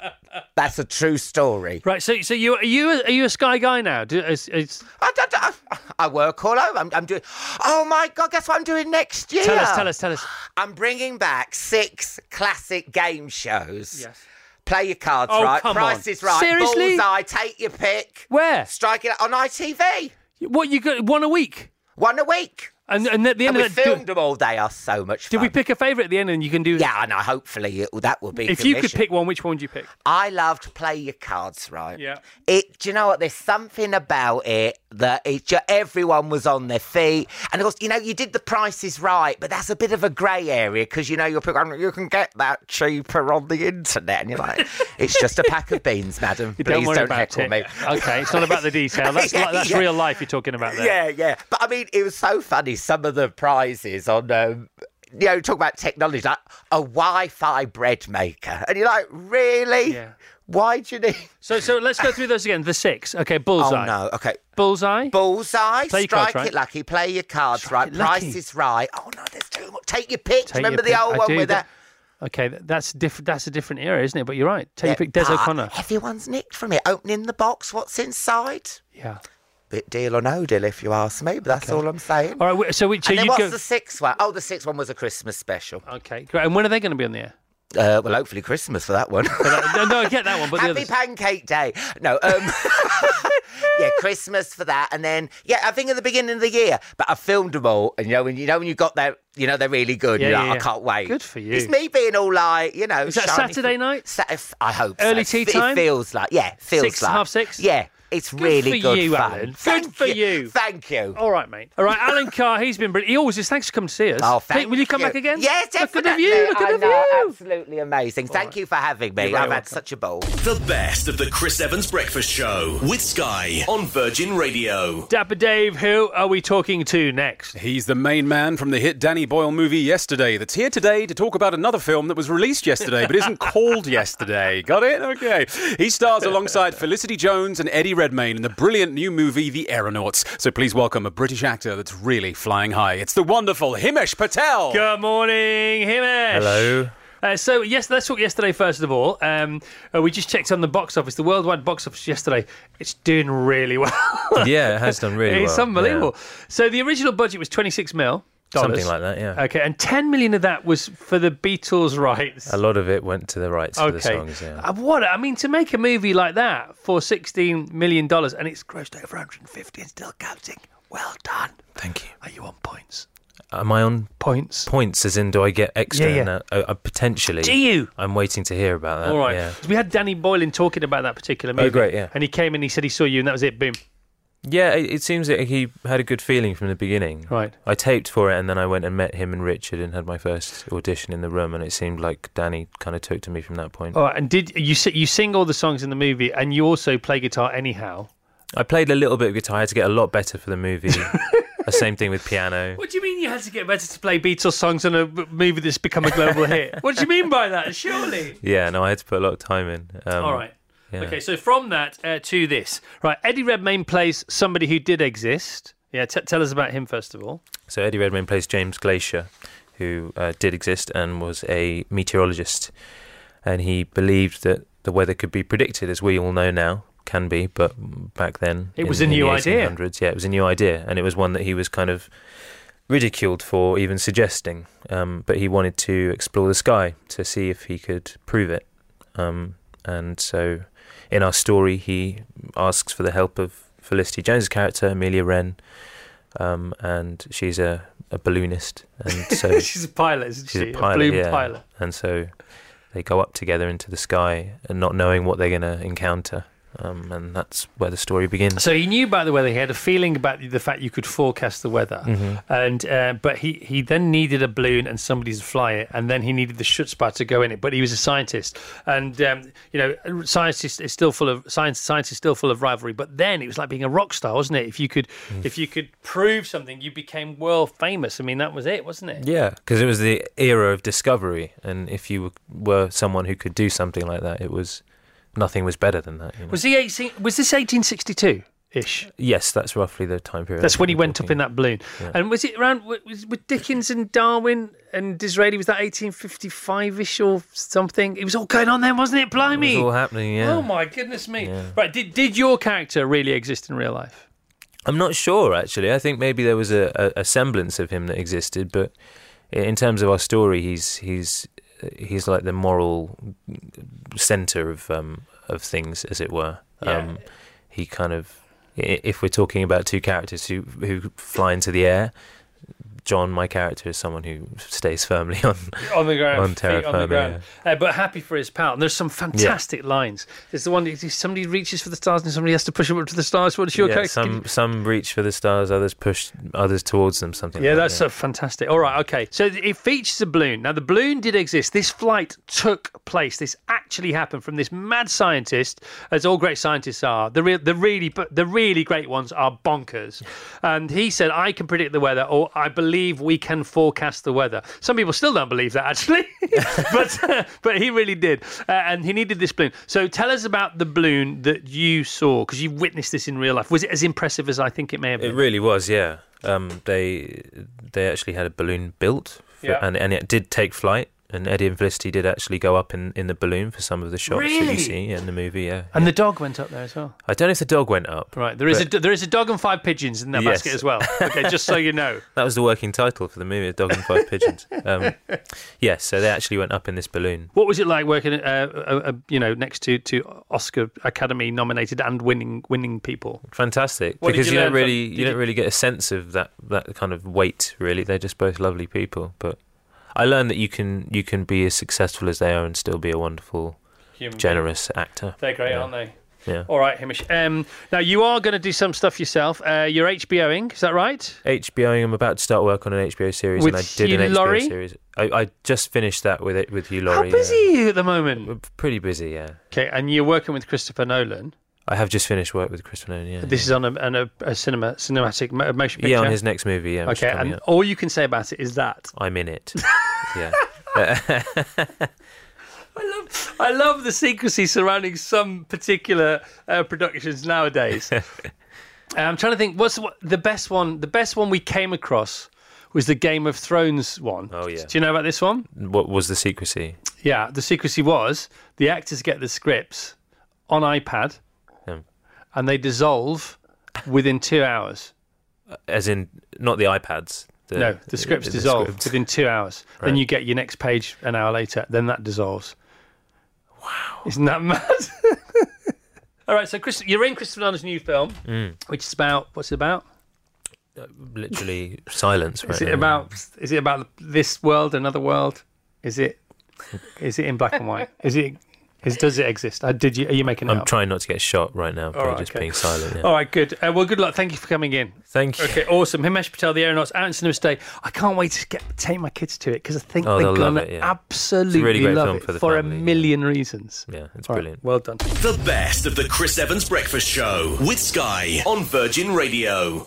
[SPEAKER 4] That's a true story.
[SPEAKER 1] Right. So, so you are you a- are you a Sky guy now? Do, is, is,
[SPEAKER 4] I, don't- I, I work all over. I'm, I'm doing. Oh my God! Guess what I'm doing next year?
[SPEAKER 1] tell us, tell us, tell us.
[SPEAKER 4] I'm bringing back six classic game shows.
[SPEAKER 1] Yes.
[SPEAKER 4] Play your cards
[SPEAKER 1] Oh,
[SPEAKER 4] right.
[SPEAKER 1] come
[SPEAKER 4] Price
[SPEAKER 1] on.
[SPEAKER 4] is right.
[SPEAKER 1] Seriously?
[SPEAKER 4] Bullseye. Take your pick.
[SPEAKER 1] Where?
[SPEAKER 4] Strike it on ITV.
[SPEAKER 1] What you got? One a week.
[SPEAKER 4] E. One a week.
[SPEAKER 1] And and at the end
[SPEAKER 4] and we
[SPEAKER 1] of that, do-
[SPEAKER 4] filmed them all. They are so much
[SPEAKER 1] did
[SPEAKER 4] fun.
[SPEAKER 1] we pick a favourite at the end? And you can do.
[SPEAKER 4] Yeah, I know. Hopefully, it, that will be.
[SPEAKER 1] If you could
[SPEAKER 4] commissioned.
[SPEAKER 1] pick one, which one would you pick?
[SPEAKER 4] I loved play your cards right.
[SPEAKER 1] Yeah.
[SPEAKER 4] It. Do you know what? There's something about it that it. ju- Everyone was on their feet, and of course, you know, you did the prices right, but that's a bit of a grey area because you know you're people going, you can get that cheaper on the internet, and
[SPEAKER 1] [LAUGHS]
[SPEAKER 4] you're like, it's just a pack of beans, madam.
[SPEAKER 1] You
[SPEAKER 4] Please don't,
[SPEAKER 1] worry about
[SPEAKER 4] heckle
[SPEAKER 1] it.
[SPEAKER 4] me.
[SPEAKER 1] Okay, it's not about the
[SPEAKER 4] [LAUGHS]
[SPEAKER 1] detail. That's
[SPEAKER 4] Yeah,
[SPEAKER 1] li- that's
[SPEAKER 4] yeah.
[SPEAKER 1] real life you're talking about there.
[SPEAKER 4] Yeah, yeah. But I mean, it was so funny. Some of the prizes on, um, you know, talk about technology, like a Wi-Fi bread maker, and you're like, really?
[SPEAKER 1] Yeah.
[SPEAKER 4] Why do you need?
[SPEAKER 1] [LAUGHS] So so let's go through those again. The six. Okay, bullseye.
[SPEAKER 4] Oh no. Okay.
[SPEAKER 1] Bullseye.
[SPEAKER 4] Bullseye,
[SPEAKER 1] Play your
[SPEAKER 4] strike
[SPEAKER 1] cards right.
[SPEAKER 4] it lucky, play your cards right,
[SPEAKER 1] it lucky.
[SPEAKER 4] price is right. Oh no, there's too much. Take your pick.
[SPEAKER 1] Take
[SPEAKER 4] Remember
[SPEAKER 1] your
[SPEAKER 4] the
[SPEAKER 1] pick.
[SPEAKER 4] old
[SPEAKER 1] I
[SPEAKER 4] one
[SPEAKER 1] do
[SPEAKER 4] with
[SPEAKER 1] that-
[SPEAKER 4] that?
[SPEAKER 1] Okay, th- that's diff- That's a different era, isn't it? But you're right. Take your pick, Des
[SPEAKER 4] But
[SPEAKER 1] O'Connor.
[SPEAKER 4] Ah, Everyone's nicked from it. Opening the box, what's inside?
[SPEAKER 1] Yeah.
[SPEAKER 4] Bit deal or no deal, if you ask me, but that's all I'm saying.
[SPEAKER 1] All right. wh- So, we, so
[SPEAKER 4] and then
[SPEAKER 1] you
[SPEAKER 4] what's
[SPEAKER 1] go.
[SPEAKER 4] the sixth one? Oh, the sixth one was a Christmas special.
[SPEAKER 1] Okay, great. And when are they going to be on the air?
[SPEAKER 4] Uh, well, hopefully Christmas for that one. [LAUGHS]
[SPEAKER 1] No, no, I get that one, but the
[SPEAKER 4] Happy
[SPEAKER 1] others.
[SPEAKER 4] Pancake Day. No, um, [LAUGHS] yeah, Christmas for that, and then yeah, I think at the beginning of the year. But I filmed them all, and you know, when you know when you got there, you know they're really good.
[SPEAKER 1] Yeah,
[SPEAKER 4] you're
[SPEAKER 1] yeah,
[SPEAKER 4] like,
[SPEAKER 1] yeah.
[SPEAKER 4] I can't wait.
[SPEAKER 1] Good for you.
[SPEAKER 4] It's me being all like, you know,
[SPEAKER 1] Is that
[SPEAKER 4] shiny-
[SPEAKER 1] Saturday night?
[SPEAKER 4] Sa- if- I hope so.
[SPEAKER 1] Early tea
[SPEAKER 4] It
[SPEAKER 1] time?
[SPEAKER 4] feels like Uh, yeah, feels
[SPEAKER 1] Six,
[SPEAKER 4] like
[SPEAKER 1] half six?
[SPEAKER 4] Yeah. It's really
[SPEAKER 1] for
[SPEAKER 4] good
[SPEAKER 1] you,
[SPEAKER 4] fun.
[SPEAKER 1] Alan. Good
[SPEAKER 4] Thank
[SPEAKER 1] for you.
[SPEAKER 4] Thank you.
[SPEAKER 1] All right, mate. All right, Alan Carr, he's been brilliant. He always is. Thanks for coming to see us.
[SPEAKER 4] Oh,
[SPEAKER 1] Hey,
[SPEAKER 4] thank
[SPEAKER 1] Will you come back again?
[SPEAKER 4] Yes,
[SPEAKER 1] Look
[SPEAKER 4] definitely.
[SPEAKER 1] at the view. Look
[SPEAKER 4] I
[SPEAKER 1] at the
[SPEAKER 4] know,
[SPEAKER 1] view.
[SPEAKER 4] Absolutely amazing. Thank you for having me. I've
[SPEAKER 1] You're very
[SPEAKER 4] had
[SPEAKER 1] welcome.
[SPEAKER 4] such a ball.
[SPEAKER 5] The best of the Chris Evans Breakfast Show with Sky on Virgin Radio.
[SPEAKER 1] Dapper Dave, who are we talking to next?
[SPEAKER 2] He's the main man from the hit Danny Boyle movie Yesterday that's here today to talk about another film that was released yesterday but isn't called Yesterday. Got it? Okay. He stars alongside Felicity Jones and Eddie Redmayne in the brilliant new movie The Aeronauts. So please welcome a British actor that's really flying high. It's the wonderful Himesh Patel.
[SPEAKER 1] Good morning, Himesh.
[SPEAKER 6] Hello.
[SPEAKER 1] Uh, so yes, let's talk yesterday first of all. Um, uh, we just checked on the box office, the worldwide box office yesterday. It's doing really [LAUGHS] well.
[SPEAKER 6] [LAUGHS] yeah, it has done really
[SPEAKER 1] [LAUGHS] it's
[SPEAKER 6] well.
[SPEAKER 1] unbelievable.
[SPEAKER 6] yeah.
[SPEAKER 1] So the original budget was twenty six mil.
[SPEAKER 6] Something like that, yeah.
[SPEAKER 1] Okay, and ten million of that was for the
[SPEAKER 6] [LAUGHS]
[SPEAKER 1] Beatles' rights.
[SPEAKER 6] A lot of it went to the rights for the
[SPEAKER 1] Okay,
[SPEAKER 6] songs. Yeah.
[SPEAKER 1] Uh, what I mean to make a movie like that for sixteen million dollars and it's grossed over one hundred and fifty and still counting. Well done.
[SPEAKER 6] Thank you.
[SPEAKER 1] Are you on points?
[SPEAKER 6] Am I on
[SPEAKER 1] Points.
[SPEAKER 6] points? As in, do I get extra?
[SPEAKER 1] Yeah, yeah.
[SPEAKER 6] in that? Oh, uh, potentially.
[SPEAKER 1] Do you?
[SPEAKER 6] I'm waiting to hear about that.
[SPEAKER 1] All right.
[SPEAKER 6] Uh, Yeah. Oh,
[SPEAKER 1] We had Danny Boylan talking about that particular movie.
[SPEAKER 6] great, yeah.
[SPEAKER 1] And he came in, he said he saw you, and that was it. Boom.
[SPEAKER 6] Yeah, it, it seems that he had a good feeling from the beginning.
[SPEAKER 1] Right.
[SPEAKER 6] I taped for it, and then I went and met him and Richard, and had my first audition in the room, and it seemed like Danny kind of took to me from that point.
[SPEAKER 1] All right. And did you si- you sing all the songs in the movie, and you also play guitar anyhow?
[SPEAKER 6] I played a little bit of guitar. I had to get a lot better for the
[SPEAKER 1] [LAUGHS]
[SPEAKER 6] movie. the same thing with piano.
[SPEAKER 1] What do you mean you had to get better to play Beatles songs on a m- movie that's become a global [LAUGHS] hit? What do you mean by that? Surely.
[SPEAKER 6] Yeah, no, I had to put a lot of time in. [LAUGHS] Um,
[SPEAKER 1] All right.
[SPEAKER 6] yeah.
[SPEAKER 1] Okay. So from that uh, to this, right? Eddie Redmayne plays somebody who did exist. Yeah. T- tell us about him first of all.
[SPEAKER 6] So Eddie Redmayne plays James Glacier, who uh, did exist and was a meteorologist, and he believed that the weather could be predicted, as we all know now can be, but back then
[SPEAKER 1] It was a new
[SPEAKER 6] the
[SPEAKER 1] idea.
[SPEAKER 6] 1800s, yeah, it was a new idea, and it was one that he was kind of ridiculed for even suggesting. Um, but he wanted to explore the sky to see if he could prove it, um, and so in our story, he asks for the help of Felicity Jones' character, Amelia Wren, um, and she's a, a balloonist, and
[SPEAKER 1] [LAUGHS]
[SPEAKER 6] so
[SPEAKER 1] she's a pilot, isn't
[SPEAKER 6] she's
[SPEAKER 1] she?
[SPEAKER 6] a pilot,
[SPEAKER 1] balloon
[SPEAKER 6] yeah.
[SPEAKER 1] pilot.
[SPEAKER 6] and so they go up together into the sky, and not knowing what they're going to encounter, um, and that's where the story begins.
[SPEAKER 1] So he knew about the weather. He had a feeling about the fact you could forecast the weather, and uh, but he, he then needed a balloon and somebody to fly it, and then he needed the Schutzbahn to go in it. But he was a scientist, and um, you know, science is, is still full of science. Science is still full of rivalry. But then it was like being a rock star, wasn't it? If you could if you could prove something, you became world famous. I mean, that was it, wasn't it?
[SPEAKER 6] Yeah, because it was the era of discovery, and if you were someone who could do something like that, it was nothing was better than that. You know?
[SPEAKER 1] Was he eighteen? Was this eighteen sixty two ish?
[SPEAKER 6] yes, that's roughly the time period.
[SPEAKER 1] That's when he
[SPEAKER 6] we're
[SPEAKER 1] went
[SPEAKER 6] talking.
[SPEAKER 1] up in that balloon. And was it around was with Dickens and Darwin and Disraeli? Was that 1855ish or something? It was all going on then, wasn't it? Blimey!
[SPEAKER 6] It was all happening. Yeah.
[SPEAKER 1] Oh my goodness me! Right? Did did your character really exist in real life?
[SPEAKER 6] I'm not sure actually. I think maybe there was a, a, a semblance of him that existed, but i- in terms of our story, he's he's he's like the moral center of um, of things, as it were.
[SPEAKER 1] Yeah.
[SPEAKER 6] Um, he kind of, i- if we're talking about two characters who who fly into the air, John, my character, is someone who stays firmly [LAUGHS] on.
[SPEAKER 1] on the ground,
[SPEAKER 6] On
[SPEAKER 1] feet
[SPEAKER 6] terra
[SPEAKER 1] on the
[SPEAKER 6] firma,
[SPEAKER 1] ground. Uh, but happy for his pal. And there's some fantastic lines. There's the one that somebody reaches for the stars and somebody has to push him up to the stars. What's your
[SPEAKER 6] yeah,
[SPEAKER 1] character?
[SPEAKER 6] some some reach for the stars, others push others towards them. Something.
[SPEAKER 1] Yeah,
[SPEAKER 6] like
[SPEAKER 1] that's
[SPEAKER 6] that.
[SPEAKER 1] so fantastic. All right, okay. So th- it features a balloon. Now, the balloon did exist. This flight took place. This actually happened from this mad scientist, as all great scientists are. The, real, the really, but the really great ones are bonkers. And he said, "I can predict the weather, or I believe we can forecast the weather." Some people still don't believe that, [LAUGHS] actually, but uh, but he really did. Uh, and he needed this balloon. So tell us about the balloon that you saw because you witnessed this in real life. Was it as impressive as I think it may have been?
[SPEAKER 6] It really was, yeah. Um, they they actually had a balloon built, for,
[SPEAKER 1] Yeah.
[SPEAKER 6] and and it did take flight. And Eddie and Felicity did actually go up in, in the balloon for some of the shots that
[SPEAKER 1] Really?
[SPEAKER 6] you see in the movie. Yeah,
[SPEAKER 1] and the dog went up there as well.
[SPEAKER 6] I don't know if the dog went up.
[SPEAKER 1] Right, there is a there is a dog and five pigeons in that
[SPEAKER 6] Yes.
[SPEAKER 1] basket as well. Okay, just
[SPEAKER 6] [LAUGHS]
[SPEAKER 1] so you know.
[SPEAKER 6] That was the working title for the movie, "A Dog and Five Pigeons."
[SPEAKER 1] [LAUGHS]
[SPEAKER 6] Um, yeah, so they actually went up in this balloon.
[SPEAKER 1] What was it like working, uh, uh, uh, you know, next to, to Oscar Academy nominated and winning winning people?
[SPEAKER 6] Fantastic,
[SPEAKER 1] What did
[SPEAKER 6] because
[SPEAKER 1] you
[SPEAKER 6] you, don't
[SPEAKER 1] learn from-
[SPEAKER 6] really
[SPEAKER 1] did
[SPEAKER 6] you don't
[SPEAKER 1] you-
[SPEAKER 6] really get a sense of that that kind of weight. Really, they're just both lovely people. But I learned that you can you can be as successful as they are and still be a wonderful,
[SPEAKER 1] Human
[SPEAKER 6] generous actor.
[SPEAKER 1] They're great,
[SPEAKER 6] Yeah.
[SPEAKER 1] aren't they?
[SPEAKER 6] Yeah.
[SPEAKER 1] All right, Hamish. Um, now you are going to do some stuff yourself. Uh, you're HBOing, is that right?
[SPEAKER 6] HBOing. I'm about to start work on an HBO series,
[SPEAKER 1] With
[SPEAKER 6] and I did
[SPEAKER 1] Hugh
[SPEAKER 6] an HBO
[SPEAKER 1] Laurie?
[SPEAKER 6] series. I, I just finished that with it with Hugh Laurie.
[SPEAKER 1] How busy
[SPEAKER 6] yeah.
[SPEAKER 1] are you at the moment?
[SPEAKER 6] We're pretty busy, yeah.
[SPEAKER 1] Okay, and you're working with Christopher Nolan.
[SPEAKER 6] I have just finished work with Chris Nolan. Yeah,
[SPEAKER 1] This is on a, on a, a cinema cinematic mo- motion
[SPEAKER 6] yeah.
[SPEAKER 1] picture.
[SPEAKER 6] yeah on his next movie. Yeah, which
[SPEAKER 1] okay,
[SPEAKER 6] is coming
[SPEAKER 1] and
[SPEAKER 6] out.
[SPEAKER 1] all you can say about it is that.
[SPEAKER 6] I'm in
[SPEAKER 1] [LAUGHS]
[SPEAKER 6] it. yeah, [LAUGHS]
[SPEAKER 1] I love, I love the secrecy surrounding some particular uh,
[SPEAKER 6] [LAUGHS]
[SPEAKER 1] productions nowadays. Uh, I'm trying to think. What's the- what, the best one? The best one we came across was the Game of Thrones one.
[SPEAKER 6] Oh, yeah.
[SPEAKER 1] Do you know about this one?
[SPEAKER 6] what was the secrecy?
[SPEAKER 1] Yeah. The secrecy was the actors get the scripts on iPad,
[SPEAKER 6] Um.
[SPEAKER 1] and they dissolve within two hours.
[SPEAKER 6] As in, not the iPads. The,
[SPEAKER 1] no, the scripts
[SPEAKER 6] the
[SPEAKER 1] dissolve
[SPEAKER 6] script.
[SPEAKER 1] within two hours. Then
[SPEAKER 6] Right.
[SPEAKER 1] you get your next page an hour later. Then that [LAUGHS] dissolves. Wow! Isn't that mad? [LAUGHS] All right, so Chris, you're in Christopher Nolan's new film,
[SPEAKER 6] Mm.
[SPEAKER 1] which is about what's it about?
[SPEAKER 6] Literally silence. Right
[SPEAKER 1] Is it
[SPEAKER 6] now.
[SPEAKER 1] about is it about this world, another world? Is it
[SPEAKER 6] [LAUGHS]
[SPEAKER 1] is it in black and white? Is it is does it exist? Uh, did you are you making it
[SPEAKER 6] I'm
[SPEAKER 1] up?
[SPEAKER 6] trying not to get shot right now. by
[SPEAKER 1] right,
[SPEAKER 6] just
[SPEAKER 1] okay.
[SPEAKER 6] being silent.
[SPEAKER 1] [LAUGHS]
[SPEAKER 6] Yeah.
[SPEAKER 1] All right, good. Uh, well, good luck. Thank you for coming in.
[SPEAKER 6] Thank you.
[SPEAKER 1] Okay, awesome. Himesh Patel, the Aeronauts, out in cinemas today. I can't wait to get take my kids to it because I think
[SPEAKER 6] Oh,
[SPEAKER 1] they're
[SPEAKER 6] they'll love
[SPEAKER 1] gonna
[SPEAKER 6] it, yeah.
[SPEAKER 1] absolutely
[SPEAKER 6] It's a really great
[SPEAKER 1] love
[SPEAKER 6] film
[SPEAKER 1] it
[SPEAKER 6] for the
[SPEAKER 1] a
[SPEAKER 6] family, yeah.
[SPEAKER 1] million reasons.
[SPEAKER 6] Yeah, it's
[SPEAKER 1] All right,
[SPEAKER 6] brilliant.
[SPEAKER 1] well done.
[SPEAKER 5] The best of the Chris Evans Breakfast Show with Sky on Virgin Radio.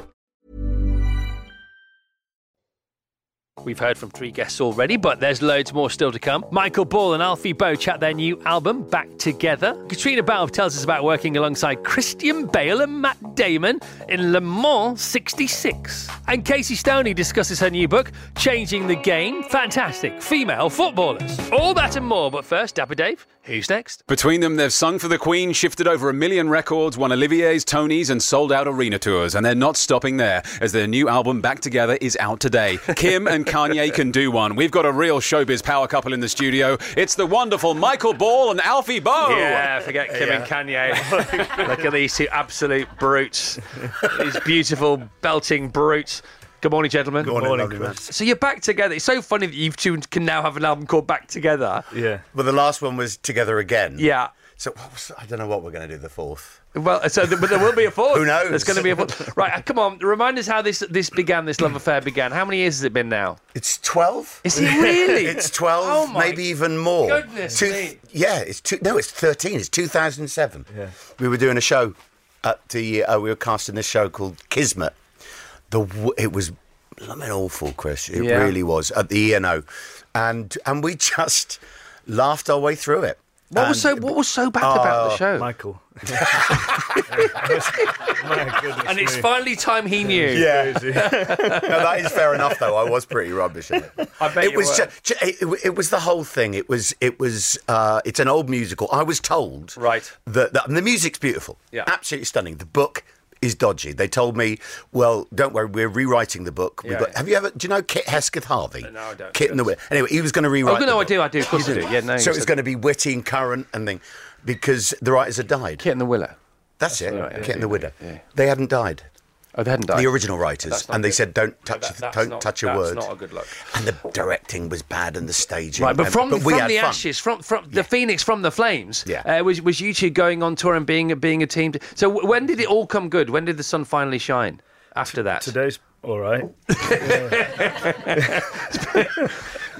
[SPEAKER 1] We've heard from three guests already, but there's loads more still to come. Michael Ball and Alfie Bow chat their new album, Back Together. Katrina Balfe tells us about working alongside Christian Bale and Matt Damon in Le Mans 66. And Casey Stoney discusses her new book, Changing the Game Fantastic Female Footballers. All that and more, but first, Dapper Dave, who's next?
[SPEAKER 2] Between them, they've sung for the Queen, shifted over a million records, won Olivier's, Tony's, and sold out arena tours. And they're not stopping there, as their new album, Back Together, is
[SPEAKER 7] [LAUGHS]
[SPEAKER 2] out today. Kim and Kanye can do one. We've got a real showbiz power couple in the studio. It's the wonderful Michael Ball and Alfie Bow.
[SPEAKER 1] forget Kim and Kanye. [LAUGHS] Look at these two absolute brutes. These beautiful, belting brutes. Good morning, gentlemen. Good
[SPEAKER 7] Morning, Chris.
[SPEAKER 1] So you're back together. It's so funny that you two can now have an album called Back Together.
[SPEAKER 6] Yeah.
[SPEAKER 7] Well, the last one was together again.
[SPEAKER 1] Yeah.
[SPEAKER 7] So what was, I don't know what we're going to do the fourth.
[SPEAKER 1] Well, so th- but there will be
[SPEAKER 7] [LAUGHS]
[SPEAKER 1] a fourth.
[SPEAKER 7] Who knows?
[SPEAKER 1] There's going to be a fourth. Right, uh, come on. Remind us how this this began. This love affair began. How many years has it been now?
[SPEAKER 7] It's twelve.
[SPEAKER 1] Is it really?
[SPEAKER 7] [LAUGHS] It's twelve,
[SPEAKER 1] Oh my
[SPEAKER 7] maybe even more.
[SPEAKER 1] goodness
[SPEAKER 7] Two-
[SPEAKER 1] me.
[SPEAKER 7] Yeah, it's two. No, it's thirteen. It's two thousand seven. Yeah. We were doing a show at the. Uh, we were casting this show called Kismet. The w- it was blooming awful, Chris. It
[SPEAKER 1] Yeah.
[SPEAKER 7] really was at the ENO, and and we [LAUGHS] just laughed our way through it.
[SPEAKER 1] What was so
[SPEAKER 7] And-
[SPEAKER 1] What was so bad about the show?
[SPEAKER 6] Michael.
[SPEAKER 8] [LAUGHS]
[SPEAKER 1] and it's finally time he knew.
[SPEAKER 7] Yeah. [LAUGHS] no, that is fair enough, though. I was pretty rubbish at it.
[SPEAKER 1] I bet
[SPEAKER 7] it
[SPEAKER 1] you
[SPEAKER 7] was.
[SPEAKER 1] were.
[SPEAKER 7] ju- ju- it, it- it was the whole thing. It was. It was. Uh, it's an old musical. I was told.
[SPEAKER 1] Right.
[SPEAKER 7] That, that and the music's beautiful.
[SPEAKER 1] Yeah.
[SPEAKER 7] Absolutely stunning. The book. Is dodgy. They told me, "Well, don't worry, we're rewriting the book." We've
[SPEAKER 1] Yeah,
[SPEAKER 7] got,
[SPEAKER 1] yeah.
[SPEAKER 7] Have you ever? Do you know Kit Hesketh Harvey?
[SPEAKER 1] No, I don't.
[SPEAKER 7] Kit and the Wit. Anyway, he was going to
[SPEAKER 1] Oh,
[SPEAKER 7] rewrite.
[SPEAKER 1] good,
[SPEAKER 7] the
[SPEAKER 1] no, I
[SPEAKER 7] book.
[SPEAKER 1] do. I do. Of course I do. Yeah, no. you
[SPEAKER 7] So it was
[SPEAKER 1] said-
[SPEAKER 7] going to be witty and current and thing, because the writers had died.
[SPEAKER 1] Kit and the Willow.
[SPEAKER 7] That's, it.
[SPEAKER 1] right, yeah,
[SPEAKER 7] Kit and
[SPEAKER 1] yeah,
[SPEAKER 7] the Widow.
[SPEAKER 1] yeah.
[SPEAKER 7] They hadn't died
[SPEAKER 1] Oh, they hadn't died.
[SPEAKER 7] the original writers,
[SPEAKER 1] not
[SPEAKER 7] and they
[SPEAKER 1] good.
[SPEAKER 7] said, "Don't touch,
[SPEAKER 1] that- that's
[SPEAKER 7] don't
[SPEAKER 1] not-
[SPEAKER 7] touch a
[SPEAKER 1] that's
[SPEAKER 7] word."
[SPEAKER 1] not a good look.
[SPEAKER 7] And the directing was bad, and the staging.
[SPEAKER 1] Right, but
[SPEAKER 7] and-
[SPEAKER 1] from,
[SPEAKER 7] we
[SPEAKER 1] from
[SPEAKER 7] had
[SPEAKER 1] the
[SPEAKER 7] fun.
[SPEAKER 1] ashes, from from the phoenix, from the flames,
[SPEAKER 7] Yeah.
[SPEAKER 1] uh, was was you two going on tour and being being a team? So w- when did it all come good? When did the sun finally shine? After that,
[SPEAKER 8] Today's all right.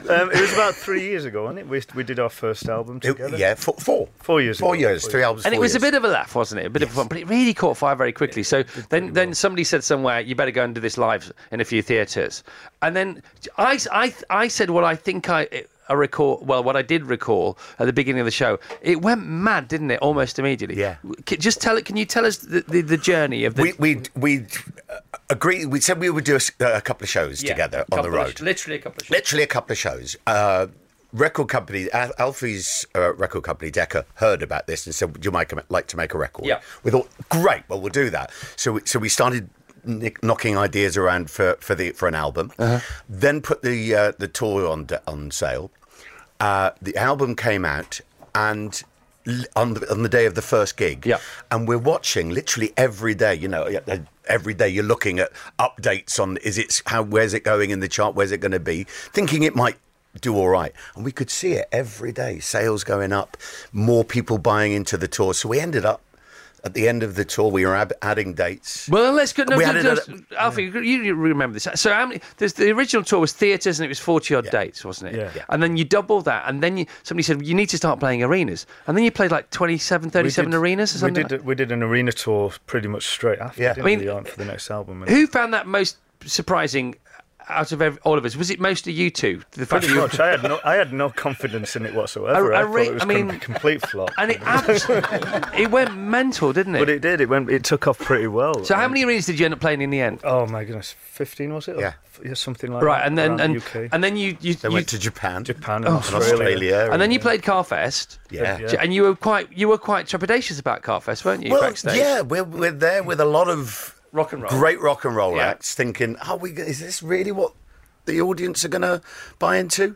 [SPEAKER 8] um, it was about three years ago, wasn't it? We, we did our first album
[SPEAKER 7] It-
[SPEAKER 8] together.
[SPEAKER 7] yeah, four, four,
[SPEAKER 8] Four years
[SPEAKER 7] four
[SPEAKER 8] ago.
[SPEAKER 7] years,
[SPEAKER 8] Four
[SPEAKER 7] three albums,
[SPEAKER 1] and it
[SPEAKER 7] four
[SPEAKER 1] was a
[SPEAKER 7] years.
[SPEAKER 1] bit of a laugh, wasn't it? A bit of fun, but it really caught fire very quickly. So then, then somebody said somewhere, "You better go and do this live in a few theatres." And then I, I, I said what I think I. I recall well what I did recall at the beginning of the show. It went mad, didn't it? Almost immediately.
[SPEAKER 7] Yeah.
[SPEAKER 1] C- Just tell it. Can you tell us the, the, the journey of the
[SPEAKER 7] We we we uh, agreed. We said we would do a, s- a couple of shows
[SPEAKER 1] Yeah,
[SPEAKER 7] together on
[SPEAKER 1] couple
[SPEAKER 7] the
[SPEAKER 1] of
[SPEAKER 7] road.
[SPEAKER 1] sh- literally a couple of shows.
[SPEAKER 7] Literally a couple of shows. Uh, record company, Al- Alfie's uh, record company, Decca, heard about this and said, "Would you make a, like to make a record?"
[SPEAKER 9] Yeah.
[SPEAKER 7] We thought, "Great, well, we'll do that." So, we, so we started nick- knocking ideas around for for the for an album. Then put the uh, the tour on d- on sale. Uh, the album came out, and l- on the on the day of the first gig, yeah. And we're watching literally every day. You know, yeah, uh, every day you're looking at updates on is it how where's it going in the chart? Where's it going to be? Thinking it might do all right, and we could see it every day. Sales going up, more people buying into the tour. So we ended up. At the end of the tour, we were ab- adding dates.
[SPEAKER 1] Well, let's go. No,
[SPEAKER 7] we
[SPEAKER 1] no,
[SPEAKER 7] added
[SPEAKER 1] no,
[SPEAKER 7] another-
[SPEAKER 1] Alfie, you- you remember this. So, how many? There's, the original tour was theatres, and it was forty odd dates, wasn't it?
[SPEAKER 7] Yeah. Yeah.
[SPEAKER 1] And then you double that, and then you, somebody said you need to start playing arenas, and then you played like 27, 37
[SPEAKER 8] We did-
[SPEAKER 1] arenas or something.
[SPEAKER 8] We
[SPEAKER 1] like
[SPEAKER 8] did, we did an arena tour pretty much straight after.
[SPEAKER 1] Yeah.
[SPEAKER 8] didn't
[SPEAKER 1] I mean,
[SPEAKER 8] we, Ian, for the next album.
[SPEAKER 1] Who found that most surprising out of ev all of us? Was it mostly you two? The fact
[SPEAKER 8] Pretty
[SPEAKER 1] that you-
[SPEAKER 8] much. I had no, I had no confidence in it whatsoever.
[SPEAKER 1] A-
[SPEAKER 8] I,
[SPEAKER 1] a
[SPEAKER 8] thought
[SPEAKER 1] re-
[SPEAKER 8] it was
[SPEAKER 1] I mean-
[SPEAKER 8] com- complete flop.
[SPEAKER 1] and it absolutely, it went mental, didn't it?
[SPEAKER 8] But it did. It went. It took off pretty well.
[SPEAKER 1] So, how many arenas did you end up playing in the end?
[SPEAKER 8] Oh my goodness, fifteen was it? Or
[SPEAKER 1] Yeah.
[SPEAKER 8] f- yeah, something like
[SPEAKER 1] Right,
[SPEAKER 8] that.
[SPEAKER 1] and then
[SPEAKER 8] around
[SPEAKER 1] and
[SPEAKER 8] the UK.
[SPEAKER 1] and then you you, you
[SPEAKER 8] went
[SPEAKER 7] to Japan,
[SPEAKER 8] Japan, and
[SPEAKER 1] Oh,
[SPEAKER 8] Australia.
[SPEAKER 1] and then you played Carfest.
[SPEAKER 7] Yeah. Yeah.
[SPEAKER 1] and you were quite you were quite trepidatious about Carfest, weren't you?
[SPEAKER 7] Well,
[SPEAKER 1] backstage?
[SPEAKER 7] yeah, we're, we're there with a lot of
[SPEAKER 1] rock and roll,
[SPEAKER 7] great rock and roll
[SPEAKER 1] Yeah.
[SPEAKER 7] acts, thinking, "Are we? Is this really what the audience are going to buy into?"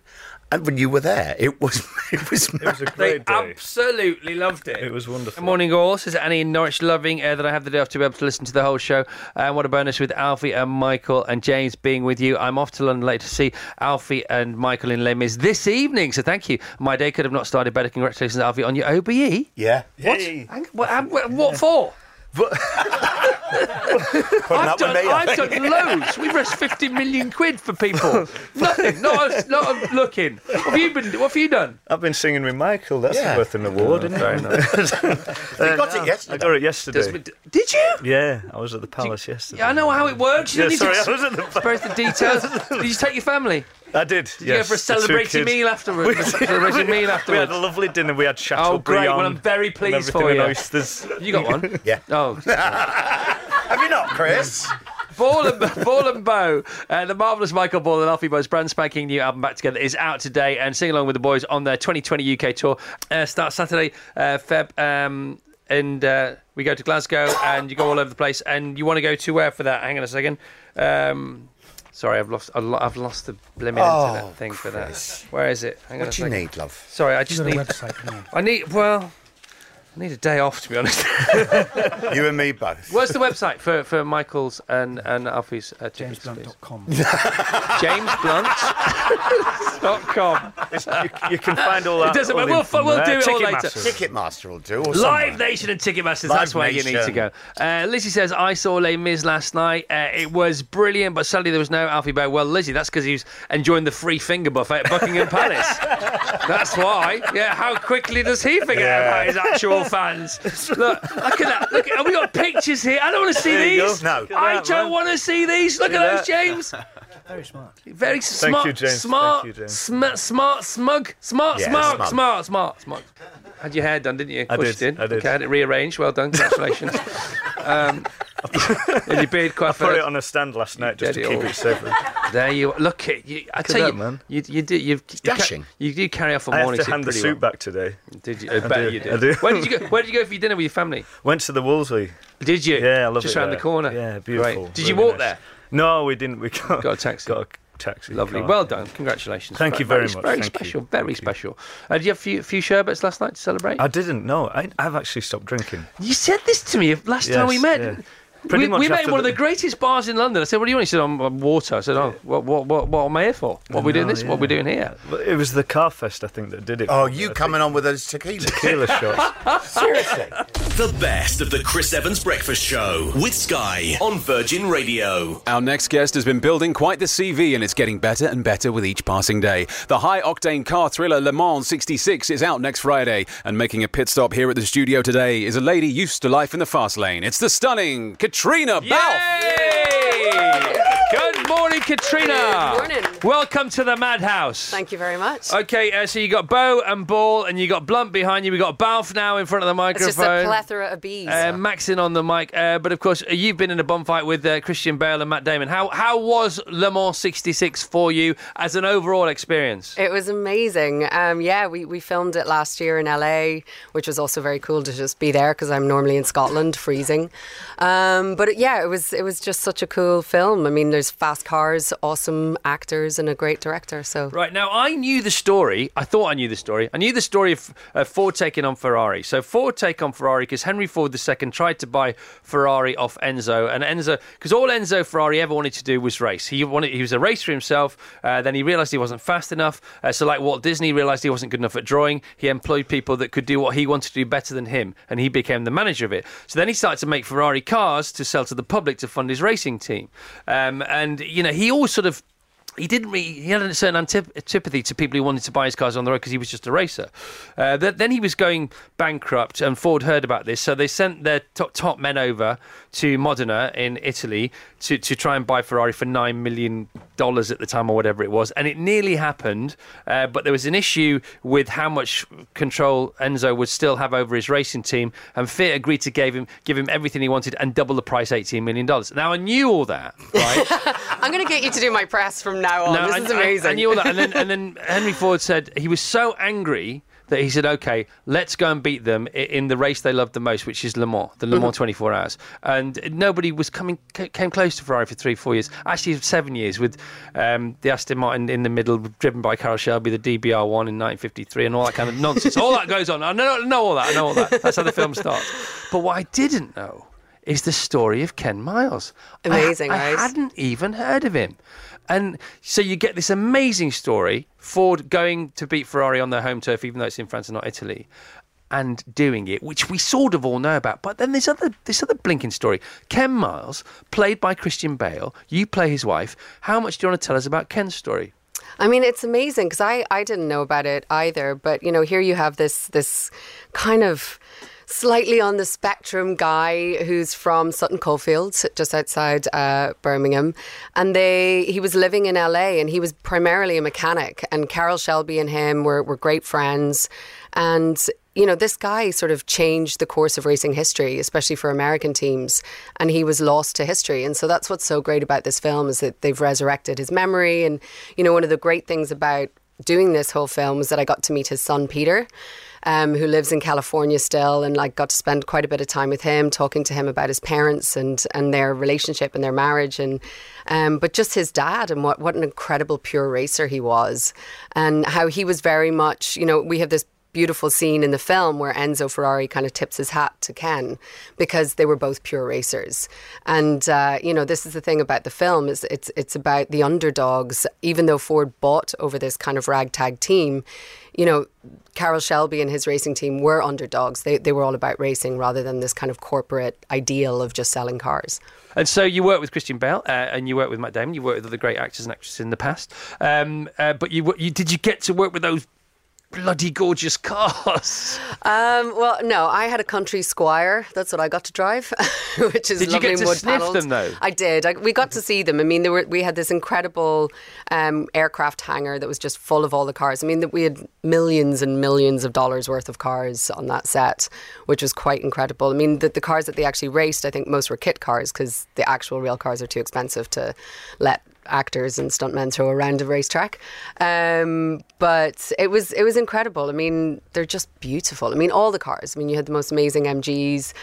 [SPEAKER 7] And when you were there, it was [LAUGHS] it was it was a
[SPEAKER 1] great Absolutely loved it. It
[SPEAKER 8] was wonderful.
[SPEAKER 1] Good morning, all. Says Annie in Norwich, loving uh, that I have the day off to be able to listen to the whole show. And what a bonus with Alfie and Michael and James being with you. I'm off to London later to see Alfie and Michael in Les Mis this evening. So thank you. My day could have not started better. Congratulations, Alfie, on your E. OBE. [LAUGHS]
[SPEAKER 7] Yeah.
[SPEAKER 1] What? Hang- What, um, what, what for? I've,
[SPEAKER 7] up with
[SPEAKER 1] done,
[SPEAKER 7] me, I
[SPEAKER 1] I've
[SPEAKER 7] think.
[SPEAKER 1] done loads. We've raised 50 million quid for
[SPEAKER 7] [LAUGHS]
[SPEAKER 1] people. Nothing. Not, us- not us looking. What have you been? What have you done?
[SPEAKER 8] I've been singing with Michael. That's
[SPEAKER 1] Yeah.
[SPEAKER 8] worth an award,
[SPEAKER 1] Oh,
[SPEAKER 8] isn't
[SPEAKER 1] fair [LAUGHS]
[SPEAKER 8] it?
[SPEAKER 1] You got it
[SPEAKER 8] I
[SPEAKER 1] yesterday.
[SPEAKER 8] got it yesterday.
[SPEAKER 1] Does- Did you?
[SPEAKER 8] Yeah, I was at the Palace yesterday.
[SPEAKER 1] Yeah, I know how it works. You
[SPEAKER 8] Yeah,
[SPEAKER 1] need
[SPEAKER 8] sorry,
[SPEAKER 1] to
[SPEAKER 8] I was at the-
[SPEAKER 1] express
[SPEAKER 7] [LAUGHS]
[SPEAKER 1] the details.
[SPEAKER 8] [LAUGHS]
[SPEAKER 1] Did you take your family?
[SPEAKER 8] I did.
[SPEAKER 1] Did you go for a celebratory meal afterwards? A celebratory
[SPEAKER 8] [LAUGHS]
[SPEAKER 1] meal
[SPEAKER 8] We had
[SPEAKER 1] afterwards?
[SPEAKER 8] a lovely dinner. We had chateau
[SPEAKER 1] Oh, great. Well, I'm very pleased for you.
[SPEAKER 8] Oysters.
[SPEAKER 1] You
[SPEAKER 8] [LAUGHS]
[SPEAKER 1] got one?
[SPEAKER 7] Yeah.
[SPEAKER 1] Oh.
[SPEAKER 7] Have you not, Chris?
[SPEAKER 1] Ball and, [LAUGHS] Ball and Bow, uh, the marvellous Michael Ball and Alfie Bow's brand spanking new album Back Together is out today and sing along with the boys on their 2020 UK tour. Uh, starts Saturday, uh, Feb, um, and uh, we go to Glasgow and you go all over the place. And you want to go to where for that? Hang on a second. Um, sorry, I've lost I've lo- I've lost the blimmin'
[SPEAKER 7] Oh,
[SPEAKER 1] internet thing for that. Where is it? Hang on
[SPEAKER 7] What
[SPEAKER 1] a
[SPEAKER 7] do you
[SPEAKER 1] second.
[SPEAKER 7] need, love?
[SPEAKER 1] Sorry, I just
[SPEAKER 7] got a
[SPEAKER 1] need. I need, well, I need a day off to be honest.
[SPEAKER 7] [LAUGHS] you and me both.
[SPEAKER 1] What's the website for, for Michael's and, and Alfie's? Uh, [LAUGHS] JamesBlunt.com. JamesBlunt.com.
[SPEAKER 8] You, you can find all
[SPEAKER 1] It
[SPEAKER 8] that.
[SPEAKER 1] doesn't matter.
[SPEAKER 8] all
[SPEAKER 1] We'll, fi- we'll do it all
[SPEAKER 8] Ticketmaster.
[SPEAKER 1] later.
[SPEAKER 7] Ticketmaster will do. Or
[SPEAKER 1] Live
[SPEAKER 7] somewhere.
[SPEAKER 1] Nation and Ticketmasters,
[SPEAKER 7] Live
[SPEAKER 1] that's where you need to
[SPEAKER 7] Nation.
[SPEAKER 1] go. Uh, Lizzie says, I saw Les Mis last night. Uh, it was brilliant, but sadly there was no Alfie Bow. Well, Lizzie, that's because he was enjoying the free finger buffet at
[SPEAKER 7] [LAUGHS]
[SPEAKER 1] Buckingham Palace. [LAUGHS] that's why. Yeah, how quickly does he forget
[SPEAKER 9] Yeah.
[SPEAKER 1] about his
[SPEAKER 8] [LAUGHS]
[SPEAKER 1] actual fans? Look, look at that. Look, at, have we got pictures here? I don't want to see
[SPEAKER 9] There you go.
[SPEAKER 1] these.
[SPEAKER 9] No. Look at
[SPEAKER 1] I
[SPEAKER 9] that,
[SPEAKER 1] don't
[SPEAKER 9] man.
[SPEAKER 1] want to see these. Look
[SPEAKER 9] Look
[SPEAKER 1] at
[SPEAKER 9] at
[SPEAKER 1] those,
[SPEAKER 9] that.
[SPEAKER 1] James.
[SPEAKER 9] [LAUGHS]
[SPEAKER 8] [LAUGHS]
[SPEAKER 9] Very smart.
[SPEAKER 1] Very
[SPEAKER 9] Thank
[SPEAKER 1] smart,
[SPEAKER 9] you, James.
[SPEAKER 1] smart,
[SPEAKER 9] Thank you, James.
[SPEAKER 1] sma- smart, smug, smart,
[SPEAKER 9] Yeah,
[SPEAKER 1] smart,
[SPEAKER 9] smug.
[SPEAKER 1] smart, smart, smart. Had your hair done, didn't you?
[SPEAKER 9] I
[SPEAKER 1] Pushed
[SPEAKER 9] did,
[SPEAKER 1] In.
[SPEAKER 9] I did.
[SPEAKER 1] Okay, had it rearranged. Well done. Congratulations.
[SPEAKER 8] [LAUGHS]
[SPEAKER 1] um, and your beard quite.
[SPEAKER 8] I put it on a stand last night just to
[SPEAKER 1] did it
[SPEAKER 8] keep
[SPEAKER 1] all.
[SPEAKER 8] it separate.
[SPEAKER 1] There you are. look. At you, I
[SPEAKER 8] Look at
[SPEAKER 1] tell
[SPEAKER 8] that,
[SPEAKER 1] you,
[SPEAKER 8] man.
[SPEAKER 1] you, you do. You've, you, ca-
[SPEAKER 8] dashing.
[SPEAKER 1] you do carry off a
[SPEAKER 8] I
[SPEAKER 1] morning.
[SPEAKER 8] have to hand the suit back today.
[SPEAKER 1] Did you?
[SPEAKER 8] I
[SPEAKER 1] I bet
[SPEAKER 8] do,
[SPEAKER 1] you did.
[SPEAKER 8] I do.
[SPEAKER 1] Where
[SPEAKER 8] [LAUGHS]
[SPEAKER 1] did you go? Where did you go for your dinner with your family?
[SPEAKER 8] Went to the Wolseley.
[SPEAKER 1] Did you?
[SPEAKER 8] Yeah, I love
[SPEAKER 1] Just
[SPEAKER 8] it.
[SPEAKER 1] round the
[SPEAKER 8] there.
[SPEAKER 1] corner.
[SPEAKER 8] Yeah, beautiful.
[SPEAKER 1] Great. Did you
[SPEAKER 8] Really
[SPEAKER 1] walk
[SPEAKER 8] nice.
[SPEAKER 1] there?
[SPEAKER 8] No, we didn't. We got,
[SPEAKER 1] got a taxi.
[SPEAKER 8] Got a taxi.
[SPEAKER 1] Lovely.
[SPEAKER 8] car.
[SPEAKER 1] Well done. Congratulations.
[SPEAKER 8] Thank
[SPEAKER 1] Very-
[SPEAKER 8] you very
[SPEAKER 1] very
[SPEAKER 8] much.
[SPEAKER 1] Very
[SPEAKER 8] Thank you.
[SPEAKER 1] special. Very special. Uh, did you have a few, few sherbets last night to celebrate?
[SPEAKER 8] I didn't. No, I, I've actually stopped drinking.
[SPEAKER 1] You said this to me last time we
[SPEAKER 8] Yes,
[SPEAKER 1] met.
[SPEAKER 8] yeah. Pretty
[SPEAKER 1] We,
[SPEAKER 8] much
[SPEAKER 1] we met in
[SPEAKER 8] after
[SPEAKER 1] one of
[SPEAKER 8] the-
[SPEAKER 1] the greatest bars in London. I said, "What do you want?" He said, "I'm I'm water." I said, "Oh, what, what, what, what am I here for? What are we doing
[SPEAKER 8] No,
[SPEAKER 1] this? What are we
[SPEAKER 8] yeah.
[SPEAKER 1] doing here?"
[SPEAKER 8] But it was the car fest, I think, that did it.
[SPEAKER 7] Oh, you coming on with those tequila
[SPEAKER 8] tequila shots?
[SPEAKER 5] [LAUGHS]
[SPEAKER 7] Seriously.
[SPEAKER 5] The best of the Chris Evans Breakfast Show with Sky on Virgin Radio.
[SPEAKER 2] Our next guest has been building quite the CV and it's getting better and better with each passing day. The high octane car thriller Le Mans 66 is out next Friday, and making a pit stop here at the studio today is a lady used to life in the fast lane. It's the stunning Katrina Balfe.
[SPEAKER 1] Good morning, Katrina.
[SPEAKER 9] Good morning.
[SPEAKER 1] Welcome to the madhouse.
[SPEAKER 9] Thank you very much.
[SPEAKER 1] Okay, uh, so you got Bo and Ball, and you got Blunt behind you. We got Balf now in front of the
[SPEAKER 9] It's
[SPEAKER 1] microphone.
[SPEAKER 9] just a plethora of bees.
[SPEAKER 1] Uh, Maxin on the mic, uh, but of course uh, you've been in a bomb fight with uh, Christian Bale and Matt Damon. How how was Le Mans '66 for you as an overall experience?
[SPEAKER 9] It was amazing. Um, yeah, we, we filmed it last year in LA, which was also very cool to just be there because I'm normally in Scotland, freezing. Um, but it- yeah, it was it was just such a cool film. I mean, there's fast cars, awesome actors, and a great director. So
[SPEAKER 1] Right now, I knew the story. I thought I knew the story. I knew the story of uh, Ford taking on Ferrari. So Ford take on Ferrari because Henry Ford II tried to buy Ferrari off Enzo, and Enzo because all Enzo Ferrari ever wanted to do was race. He wanted he was a racer himself. Uh, then he realised he wasn't fast enough. Uh, so like Walt Disney realised he wasn't good enough at drawing. He employed people that could do what he wanted to do better than him, and he became the manager of it. So then he started to make Ferrari cars to sell to the public to fund his racing team. Um, and you know he always sort of he didn't really, he had a certain antip- antipathy to people who wanted to buy his cars on the road because he was just a racer. Uh, th- then he was going bankrupt, and Ford heard about this, so they sent their top, top men over to Modena in Italy to, to try and buy Ferrari for $9 million at the time or whatever it was. And it nearly happened, uh, but there was an issue with how much control Enzo would still have over his racing team, and Fiat agreed to give him, give him everything he wanted and double the price $18 million. Now, I knew all that.
[SPEAKER 9] [LAUGHS] I'm going to get you to do my press from now on.
[SPEAKER 1] No,
[SPEAKER 9] this
[SPEAKER 1] I-
[SPEAKER 9] is
[SPEAKER 1] I-
[SPEAKER 9] amazing.
[SPEAKER 1] I, knew all that.
[SPEAKER 9] [LAUGHS]
[SPEAKER 1] And then, and then Henry Ford said he was so angry that he said, "Okay, let's go and beat them i- in the race they loved the most, which is Le Mans, the Le
[SPEAKER 9] Mm-hmm.
[SPEAKER 1] Mans 24 Hours." And nobody was coming ca- came close to Ferrari for three, four years. Actually, seven years with um, the Aston Martin in the middle, driven by Carroll Shelby, the DBR1 in 1953, and all that kind of nonsense. all that goes on. I know, know all that. I know all that. That's how the film starts. But what I didn't know. Is the story of Ken Miles. I ha-
[SPEAKER 9] Amazing,
[SPEAKER 1] I
[SPEAKER 9] right?
[SPEAKER 1] hadn't even heard of him. And so you get this amazing story Ford going to beat Ferrari on their home turf, even though it's in France and not Italy, and doing it, which we sort of all know about. But then there's other this other blinking story. Ken Miles, played by Christian Bale, you play his wife. How much do you want to tell us about Ken's story?
[SPEAKER 9] I mean, it's amazing because I, I didn't know about it either. But you know, here you have this this kind of slightly on the spectrum guy who's from Sutton Coldfield, just outside uh, Birmingham, and they he was living in LA and he was primarily a mechanic. And Carol Shelby and him were were great friends, and you know, this guy sort of changed the course of racing history, especially for American teams, and he was lost to history. And so that's what's so great about this film is that they've resurrected his memory. And, you know, one of the great things about doing this whole film was that I got to meet his son, Peter. Um, who lives in California still, and like got to spend quite a bit of time with him, talking to him about his parents and and their relationship and their marriage, and um, but just his dad and what what an incredible pure racer he was, and how he was very much, you know, we have this beautiful scene in the film where Enzo Ferrari kind of tips his hat to Ken because they were both pure racers. And uh, you know, this is the thing about the film is it's it's about the underdogs. Even though Ford bought over this kind of ragtag team, you know, Carol Shelby and his racing team were underdogs. They they were all about racing rather than this kind of corporate ideal of just selling cars.
[SPEAKER 1] And so you work with Christian Bale uh, and you work with Matt Damon. You work with other great actors and actresses in the past. Um, uh, but you, wo- you did you get to work with those bloody gorgeous [LAUGHS] cars?
[SPEAKER 9] Um, well, no, I had a country squire. That's what I got to drive, [LAUGHS] which is
[SPEAKER 1] Did you
[SPEAKER 9] lovely
[SPEAKER 1] get to
[SPEAKER 9] wood
[SPEAKER 1] sniff
[SPEAKER 9] panelled.
[SPEAKER 1] them, though?
[SPEAKER 9] I did. I, we got to see them. I mean, there were, we had this incredible um, aircraft hangar that was just full of all the cars. I mean, that we had millions and millions of dollars worth of cars on that set, which was quite incredible. I mean, the, the cars that they actually raced, I think most were kit cars because the actual real cars are too expensive to let actors and stuntmen throw around a racetrack. Um, but it was it was incredible. I mean, they're just beautiful. I mean, all the cars. I mean, you had the most amazing MGs.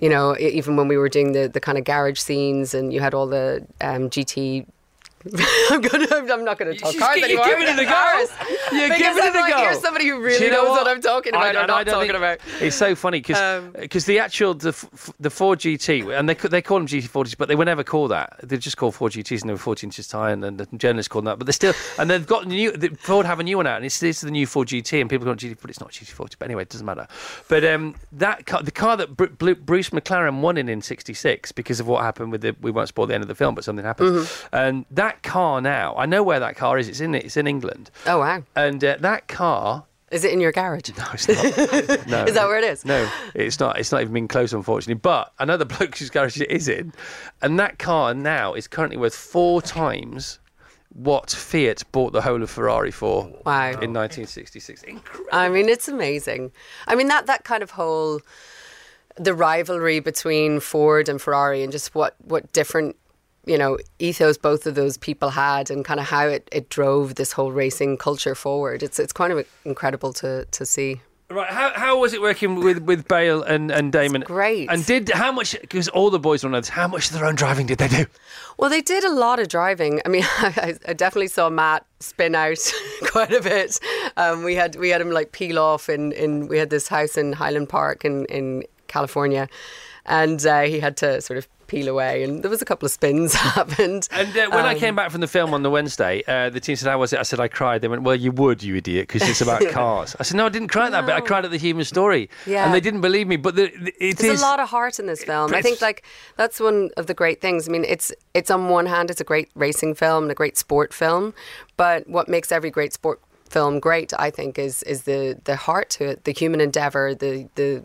[SPEAKER 9] You know, e- even when we were doing the the kind of garage scenes, and you had all the um, GT. I'm gonna. I'm not gonna talk
[SPEAKER 1] She's
[SPEAKER 9] cars
[SPEAKER 1] gi-
[SPEAKER 9] anymore.
[SPEAKER 1] You're giving it a go.
[SPEAKER 9] Cars.
[SPEAKER 1] You're
[SPEAKER 9] Because
[SPEAKER 1] giving
[SPEAKER 9] I'm
[SPEAKER 1] it a
[SPEAKER 9] like,
[SPEAKER 1] go.
[SPEAKER 9] Here's somebody who
[SPEAKER 1] Do
[SPEAKER 9] really
[SPEAKER 1] you know
[SPEAKER 9] knows what? I'm talking about.
[SPEAKER 1] I,
[SPEAKER 9] or
[SPEAKER 1] I
[SPEAKER 9] not
[SPEAKER 1] don't
[SPEAKER 9] talking
[SPEAKER 1] think-
[SPEAKER 9] about. Um,
[SPEAKER 1] It's so funny because the actual the, f- f- the 4GT and they c- they call them GT40s, but they were never called that. They're just called 4GTs and they were 14 inches high, and, and the journalists called them that. But they're still and they've got new the, Ford have a new one out, and it's this is the new 4GT, and people go GT, but it's not GT40. But anyway, it doesn't matter. But um, that car, the car that Bru- Blu- Bruce McLaren won in in '66 because of what happened with the we won't spoil the end of the film, but something happened.
[SPEAKER 9] Mm-hmm.
[SPEAKER 1] And that car now, I know where that car is. It's in it's in England.
[SPEAKER 9] Oh wow!
[SPEAKER 1] And uh, that car
[SPEAKER 9] Is it in your garage? No,
[SPEAKER 10] it's not. [LAUGHS] No.
[SPEAKER 9] [LAUGHS] is that where it is?
[SPEAKER 10] No, it's not. It's not even been close, unfortunately. But another [LAUGHS] bloke whose garage it is in, and that car now is currently worth four times what Fiat bought the whole of Ferrari for
[SPEAKER 9] Wow.
[SPEAKER 10] in 1966. Incredible.
[SPEAKER 9] I mean, it's amazing. I mean, that that kind of whole the rivalry between Ford and Ferrari and just what what different you know ethos both of those people had and kind of how it, it drove this whole racing culture forward. It's it's kind of incredible to to see.
[SPEAKER 1] Right, how, how was it working with, with Bale and, and Damon?
[SPEAKER 9] great.
[SPEAKER 1] And did how much? Because all the boys on earth, how much of their own driving did they do?
[SPEAKER 9] Well, they did a lot of driving. I mean, [LAUGHS] I, I definitely saw Matt spin out [LAUGHS] quite a bit. Um, we had we had him like peel off in, in we had this house in Highland Park in in California, and uh, he had to sort of peel away, and there was a couple of spins [LAUGHS] happened.
[SPEAKER 1] And uh, when I
[SPEAKER 9] Um,
[SPEAKER 1] came back from the film on the Wednesday, uh, the team said, "How was it?" I said, "I cried." They went, "Well, you would, you idiot, because it's
[SPEAKER 9] [LAUGHS]
[SPEAKER 1] about cars." I said, "No, I didn't cry at that bit. I cried at the human story."
[SPEAKER 9] Yeah.
[SPEAKER 1] And they didn't believe me, but the, the, it
[SPEAKER 9] There's
[SPEAKER 1] is-
[SPEAKER 9] a lot of heart in this film. I think like that's one of the great things. I mean, it's it's on one hand it's a great racing film and a great sport film, but what makes every great sport film great, I think, is is the the heart to it, the human endeavor, the the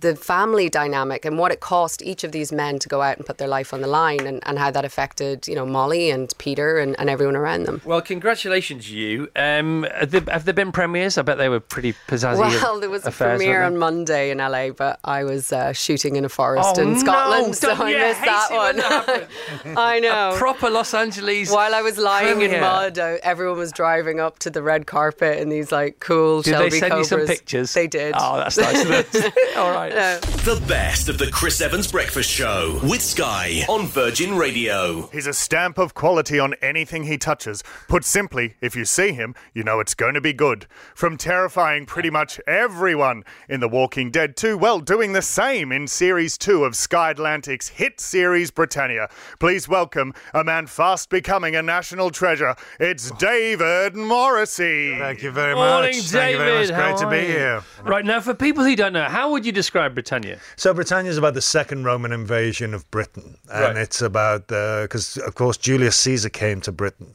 [SPEAKER 9] the family dynamic and what it cost each of these men to go out and put their life on the line and, and how that affected, you know, Molly and Peter and, and everyone around them.
[SPEAKER 1] Well, congratulations, you. Um, have, there, have there been premieres? I bet they were pretty pizzazzy.
[SPEAKER 9] Well, [LAUGHS] there was a
[SPEAKER 1] affairs,
[SPEAKER 9] premiere
[SPEAKER 1] weren't
[SPEAKER 9] on Monday in LA, but I was uh, shooting in a forest
[SPEAKER 1] Oh,
[SPEAKER 9] in
[SPEAKER 1] no,
[SPEAKER 9] Scotland, so
[SPEAKER 1] don't
[SPEAKER 9] I
[SPEAKER 1] you
[SPEAKER 9] missed
[SPEAKER 1] hate
[SPEAKER 9] that
[SPEAKER 1] it when
[SPEAKER 9] one. I know.
[SPEAKER 1] proper Los Angeles.
[SPEAKER 9] While I was lying
[SPEAKER 1] premiere.
[SPEAKER 9] in mud, I, everyone was driving up to the red carpet in these like cool
[SPEAKER 1] Did they
[SPEAKER 9] Shelby
[SPEAKER 1] send you
[SPEAKER 9] Cobras.
[SPEAKER 1] some pictures?
[SPEAKER 9] They did.
[SPEAKER 1] Oh, that's nice of them. [LAUGHS] All right.
[SPEAKER 5] The best of the Chris Evans Breakfast Show with Sky on Virgin Radio.
[SPEAKER 11] He's a stamp of quality on anything he touches. Put simply, if you see him, you know it's going to be good. From terrifying pretty much everyone in The Walking Dead to, well, doing the same in Series 2 of Sky Atlantic's hit series Britannia. Please welcome a man fast becoming a national treasure. It's
[SPEAKER 12] Oh.
[SPEAKER 11] David Morrissey. [LAUGHS] Thank you very
[SPEAKER 1] Morning, David. How are you? Right now, for people who don't know, how would you describe Britannia?
[SPEAKER 12] So Britannia is about the second Roman invasion of Britain,
[SPEAKER 1] Right.
[SPEAKER 12] and it's about because of course Julius Caesar came to Britain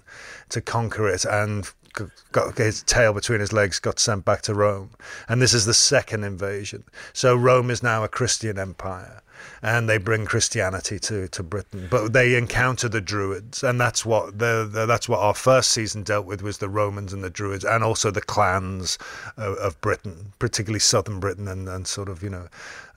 [SPEAKER 12] to conquer it and g- got his tail between his legs, got sent back to Rome, and this is the second invasion. So Rome is now a Christian empire. And they bring Christianity to, to Britain, but they encounter the Druids, and that's what the, the that's what our first season dealt with was the Romans and the Druids, and also the clans of, of Britain, particularly southern Britain and, and sort of you know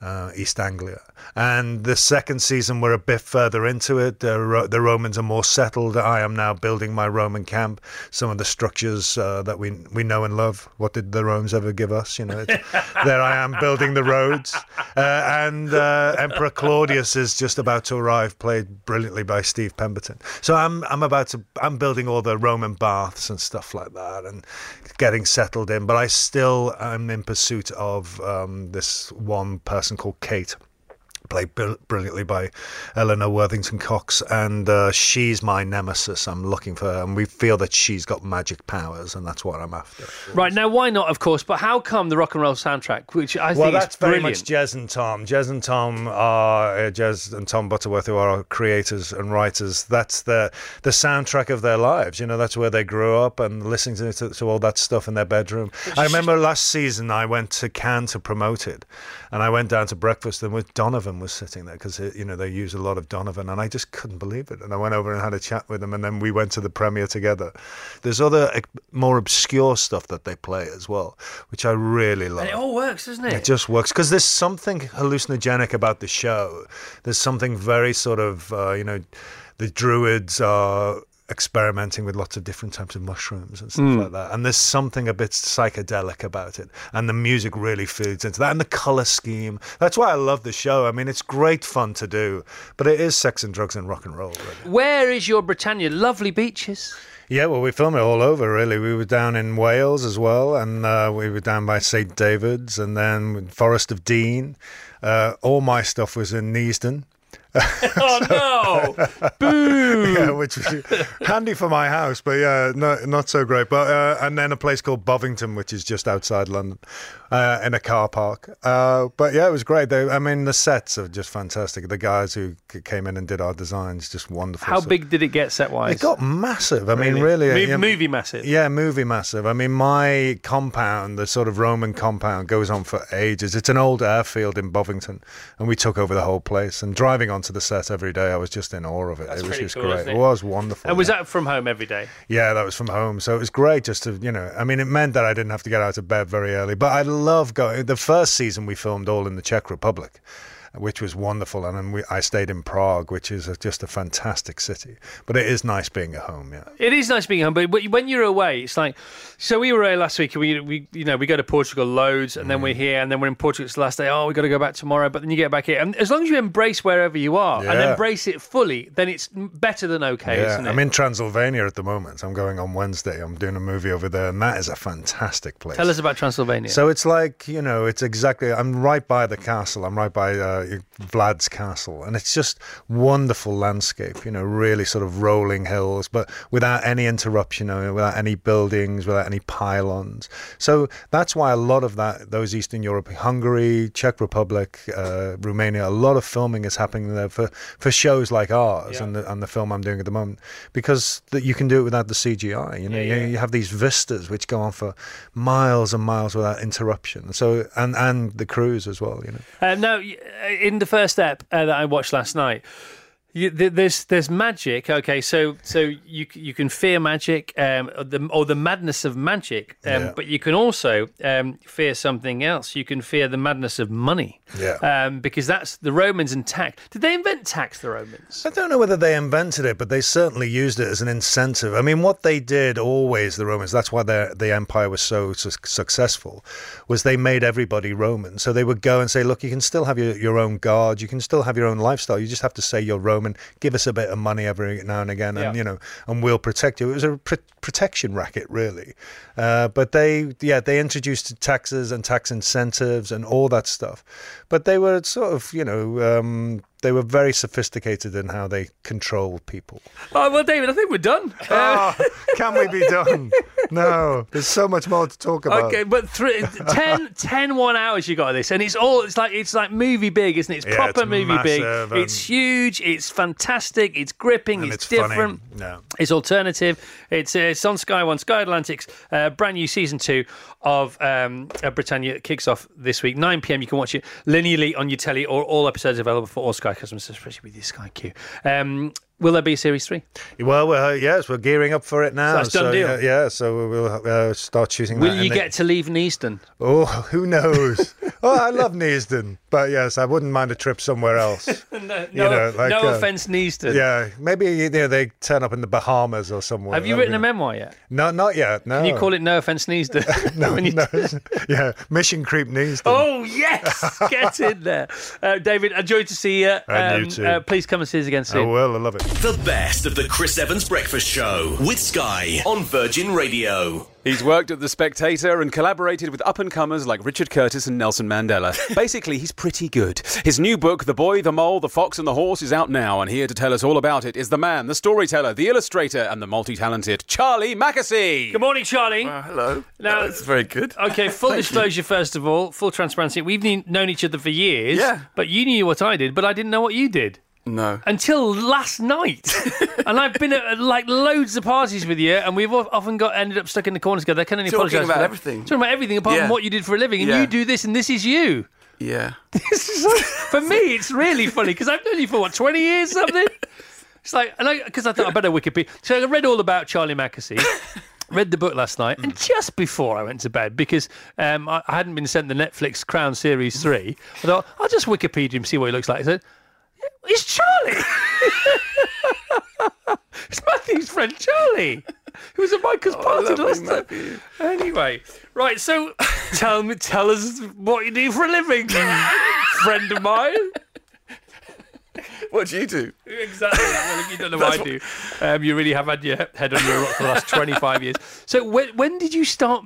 [SPEAKER 12] uh, East Anglia. And the second season, we're a bit further into it. The, Ro- the Romans are more settled. I am now building my Roman camp. Some of the structures uh, that we we know and love. What did the Romans ever give us? You know, it's, there I am building the roads. Uh, and uh, Emperor Claudius is just about to arrive, played brilliantly by Steve Pemberton. So I'm I'm about to I'm building all the Roman baths and stuff like that, and getting settled in. But I still am in pursuit of um, this one person called Kate played br- brilliantly by Eleanor Worthington Cox, and uh, she's my nemesis. I'm looking for her, and we feel that she's got magic powers, and that's what I'm after.
[SPEAKER 1] Right now, why not? Of course, but how come the rock and roll soundtrack, which I
[SPEAKER 12] well,
[SPEAKER 1] think
[SPEAKER 12] that's
[SPEAKER 1] is
[SPEAKER 12] very
[SPEAKER 1] brilliant,
[SPEAKER 12] much Jez and Tom. Jez and Tom are uh, Jez and Tom Butterworth, who are our creators and writers. That's the the soundtrack of their lives. You know, that's where they grew up and listening to, to, to all that stuff in their bedroom. I remember last season I went to Cannes to promote it, and I went down to breakfast and with Donovan was sitting there because you know they use a lot of Donovan, and I just couldn't believe it. And I went over and had a chat with him, and then we went to the premiere together. There's other uh, more obscure stuff that they play as well, which I really love.
[SPEAKER 1] and it all works, doesn't it?
[SPEAKER 12] It just works because there's something hallucinogenic about the show. There's something very sort of uh, you know, the druids are experimenting with lots of different types of mushrooms and stuff
[SPEAKER 13] Mm.
[SPEAKER 12] like that, and there's something a bit psychedelic about it. And the music really feeds into that, and the color scheme. That's why I love the show. I mean, it's great fun to do, but it is sex and drugs and rock and roll. Really.
[SPEAKER 1] Where is your Britannia? Lovely beaches.
[SPEAKER 12] Yeah, well, we film it all over, really. We were down in Wales as well, and uh, we were down by St. David's, and then Forest of Dean. Uh, all my stuff was in Neasden.
[SPEAKER 1] [LAUGHS] oh
[SPEAKER 12] [LAUGHS] no!
[SPEAKER 1] Boo!
[SPEAKER 12] yeah, which was handy for my house, but yeah, no, not so great. But uh, and then a place called Bovington, which is just outside London, uh, in a car park. Uh, but yeah, it was great. They, I mean, the sets are just fantastic. The guys who c- came in and did our designs, just wonderful.
[SPEAKER 1] How
[SPEAKER 12] So-
[SPEAKER 1] big did it get set wise?
[SPEAKER 12] It got massive. I mean, really,
[SPEAKER 1] Mov-
[SPEAKER 12] yeah.
[SPEAKER 1] movie massive.
[SPEAKER 12] Yeah, movie massive. I mean, my compound, the sort of Roman compound, goes on for ages. It's an old airfield in Bovington, and we took over the whole place. And driving onto the set every day, I was just in awe of it.
[SPEAKER 1] That's
[SPEAKER 12] it was
[SPEAKER 1] pretty
[SPEAKER 12] just
[SPEAKER 1] cool,
[SPEAKER 12] great.
[SPEAKER 1] isn't it?
[SPEAKER 12] it was wonderful.
[SPEAKER 1] And was that from home every day?
[SPEAKER 12] Yeah, that was from home. So it was great just to, you know, I mean, it meant that I didn't have to get out of bed very early. But I love going. The first season we filmed all in the Czech Republic, which was wonderful. And then we, I stayed in Prague, which is a, just a fantastic city. But it is nice being at home, yeah.
[SPEAKER 1] It is nice being home, but when- when you're away, it's like. So we were away last week. and We, we you know we go to Portugal loads, and
[SPEAKER 12] Mm.
[SPEAKER 1] then we're here, and then we're in Portugal. It's the last day. Oh, we got to go back tomorrow. But then you get back here, and as long as you embrace wherever you are and
[SPEAKER 12] Yeah.
[SPEAKER 1] embrace it fully, then it's better than okay,
[SPEAKER 12] yeah,
[SPEAKER 1] isn't it?
[SPEAKER 12] I'm in Transylvania at the moment. I'm going on Wednesday. I'm doing a movie over there, and that is a fantastic place.
[SPEAKER 1] Tell us about Transylvania.
[SPEAKER 12] So it's like you know, it's exactly. I'm right by the castle. I'm right by uh, Vlad's castle, and it's just wonderful landscape. You know, really sort of rolling hills, but without any interruption, you know, without any buildings, without any pylons. So that's why a lot of that, those Eastern Europe, Hungary, Czech Republic, uh, Romania, a lot of filming is happening there for for shows like ours and the and the film I'm doing at the moment, because that you can do it without the CGI. You know, you, you have these vistas which go on for miles and miles without interruption. So and and the cruise as well. You know.
[SPEAKER 1] Uh, no, y- uh, in the first step uh, that I watched last night, you, th- there's there's magic. Okay, so so you c- you can fear magic, um, or the or the madness of magic, um,
[SPEAKER 12] Yeah.
[SPEAKER 1] but you can also um, fear something else. You can fear the madness of money.
[SPEAKER 12] Yeah.
[SPEAKER 1] Um, because that's the Romans and tax. Did they invent tax? The Romans.
[SPEAKER 12] I don't know whether they invented it, but they certainly used it as an incentive. I mean, what they did always, the Romans, that's why their, the empire was so su- successful, was they made everybody Roman. So they would go and say, look, you can still have your, your own guard, you can still have your own lifestyle. You just have to say you're Roman, give us a bit of money every now and again, and,
[SPEAKER 7] Yeah.
[SPEAKER 12] you know, and we'll protect you. It was a pr- protection racket, really. Uh, but they, yeah, they introduced taxes and tax incentives and all that stuff. But they were sort of, you know, um, they were very sophisticated in how they control people.
[SPEAKER 1] Oh well, David, I think we're done. Uh,
[SPEAKER 12] Ah, Can we be
[SPEAKER 1] [LAUGHS]
[SPEAKER 12] done? [LAUGHS] No, there's so much more to talk about.
[SPEAKER 1] Okay, but three,
[SPEAKER 12] [LAUGHS]
[SPEAKER 1] 10, 10 one hours you got of this, and it's all it's like it's like movie big, isn't it? It's
[SPEAKER 12] Yeah,
[SPEAKER 1] proper
[SPEAKER 12] it's
[SPEAKER 1] movie big.
[SPEAKER 12] massive
[SPEAKER 1] It's huge. It's fantastic. It's gripping. It's, different.
[SPEAKER 12] No.
[SPEAKER 1] It's alternative. It's, uh, it's on Sky One, Sky Atlantic's uh, brand new season two of um, uh, Britannia kicks off this week, 9 p.m. You can watch it linearly on your telly or all episodes available for all Sky customers, especially with your Sky Q. Um, will there be a series three?
[SPEAKER 12] Well, we're, yes, we're gearing up for it now.
[SPEAKER 1] that's done
[SPEAKER 12] so,
[SPEAKER 1] deal.
[SPEAKER 12] Yeah, yeah, so we'll uh, start shooting.
[SPEAKER 1] Will
[SPEAKER 12] that in
[SPEAKER 1] you
[SPEAKER 12] the-
[SPEAKER 1] get to leave Neasden?
[SPEAKER 12] Oh, who knows? [LAUGHS] oh, I love Neasden, but yes, I wouldn't mind a trip somewhere else.
[SPEAKER 1] no no,
[SPEAKER 12] [LAUGHS] You know, like,
[SPEAKER 1] no
[SPEAKER 12] uh,
[SPEAKER 1] offense, Neasden.
[SPEAKER 12] yeah, maybe you know, they turn up in the Bahamas or somewhere.
[SPEAKER 1] Have you
[SPEAKER 12] That'd
[SPEAKER 1] written
[SPEAKER 12] be-
[SPEAKER 1] a memoir yet?
[SPEAKER 12] No, not yet. No.
[SPEAKER 1] Can you call it No Offense
[SPEAKER 12] [LAUGHS]
[SPEAKER 1] Neasden? [LAUGHS] no,
[SPEAKER 12] no. yeah, Mission Creep Neasden.
[SPEAKER 1] Oh [LAUGHS] yes, get in there, uh, David. I Enjoyed to see you.
[SPEAKER 5] And you too.
[SPEAKER 1] Uh, please come and see us again soon.
[SPEAKER 12] will. Oh, I love it.
[SPEAKER 5] The best of the Chris Evans Breakfast Show with Sky on Virgin Radio.
[SPEAKER 2] He's worked at The Spectator and collaborated with up and comers like Richard Curtis and Nelson Mandela. Basically, he's pretty good. His new book, The Boy, the Mole, the Fox, and the Horse, is out now, and here to tell us all about it is the man, the storyteller, the illustrator, and the multi talented Charlie Mackesy. Good
[SPEAKER 1] morning, Charlie.
[SPEAKER 13] hello. [LAUGHS]
[SPEAKER 1] Now,
[SPEAKER 13] That's very good.
[SPEAKER 1] Okay, full
[SPEAKER 13] Thank you.
[SPEAKER 1] disclosure first of all, full transparency. We've kn- known each other for years.
[SPEAKER 13] Yeah.
[SPEAKER 1] But you knew what I did, but I didn't know what you did.
[SPEAKER 13] No.
[SPEAKER 1] Until
[SPEAKER 13] [LAUGHS]
[SPEAKER 1] last night, and I've been at like loads of parties with you, and we've of- often got ended up stuck in the corner together. I can only
[SPEAKER 13] Talking
[SPEAKER 1] apologise
[SPEAKER 13] about
[SPEAKER 1] for that.
[SPEAKER 13] everything.
[SPEAKER 1] Talking about everything apart
[SPEAKER 13] Yeah.
[SPEAKER 1] from what you did for a living, and
[SPEAKER 13] Yeah.
[SPEAKER 1] you do this, and this is you.
[SPEAKER 13] Yeah.
[SPEAKER 1] [LAUGHS] for me, it's really funny because I've known you for what twenty years, something. It's like, because I, thought I better Wikipedia. So I read all about Charlie Mackesy. Read the book last night, and just before I went to bed, because um, I, I hadn't been sent the Netflix Crown Series three, I thought I'll just Wikipedia him, see what he looks like. I said, [LAUGHS] "It's Charlie. it's Matthew's friend Charlie, who was at
[SPEAKER 13] Oh,
[SPEAKER 1] Michael's party last time." Anyway, right. So [LAUGHS] tell me, tell us what you do for a living, friend of [LAUGHS] mine.
[SPEAKER 13] What do you do?
[SPEAKER 1] Exactly. Well, if
[SPEAKER 13] [LAUGHS]
[SPEAKER 1] you don't know what
[SPEAKER 13] That's
[SPEAKER 1] I do, um, you really have had your head under a rock for the last 25 years. So when, when did you start?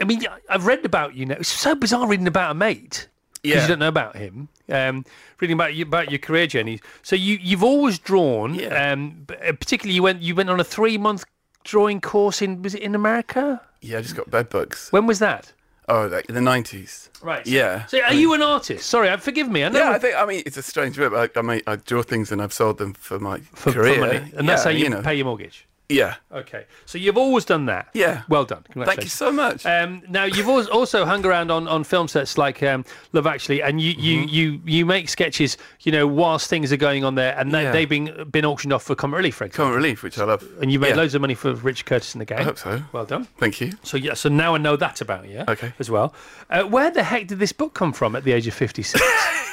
[SPEAKER 1] I mean, I've read about you now. It's so bizarre reading about a mate. because
[SPEAKER 10] Yeah.
[SPEAKER 1] you don't know about him. Um, reading about you, about your career journey, so you you've always drawn. Um, b- uh, particularly, you went you went on a three month drawing course in was it in America?
[SPEAKER 13] Yeah, I just got bed bugs.
[SPEAKER 1] When was that?
[SPEAKER 13] Oh, like in the nineties.
[SPEAKER 1] Right.
[SPEAKER 13] Yeah.
[SPEAKER 1] So are you an artist? Sorry, I, forgive me. I know.
[SPEAKER 13] yeah, I think I mean it's a strange bit, but I, I mean I draw things and I've sold them for my
[SPEAKER 1] for, for
[SPEAKER 13] career,
[SPEAKER 1] money, and that's
[SPEAKER 13] Yeah,
[SPEAKER 1] how you,
[SPEAKER 13] know.
[SPEAKER 1] pay your mortgage.
[SPEAKER 13] Yeah.
[SPEAKER 1] Okay. So you've always done that.
[SPEAKER 13] Yeah.
[SPEAKER 1] Well done.
[SPEAKER 13] Thank you
[SPEAKER 1] Congratulations.
[SPEAKER 13] so much.
[SPEAKER 1] Um, now you've always also hung around on, on film sets like um, Love Actually, and you, you,
[SPEAKER 13] Mm-hmm.
[SPEAKER 1] you, you make sketches, you know, whilst things are going on there, and they,
[SPEAKER 13] Yeah.
[SPEAKER 1] they've been been auctioned off for Comic Relief, for example.
[SPEAKER 13] Comic Relief, which I love.
[SPEAKER 1] And you made
[SPEAKER 13] Yeah.
[SPEAKER 1] loads of money for Richard Curtis and the gang.
[SPEAKER 13] I hope so.
[SPEAKER 1] Well done.
[SPEAKER 13] Thank you.
[SPEAKER 1] So yeah, so now I know that about you.
[SPEAKER 13] Okay.
[SPEAKER 1] As well, uh, where the heck did this book come from at the age of
[SPEAKER 13] [LAUGHS]
[SPEAKER 1] fifty six?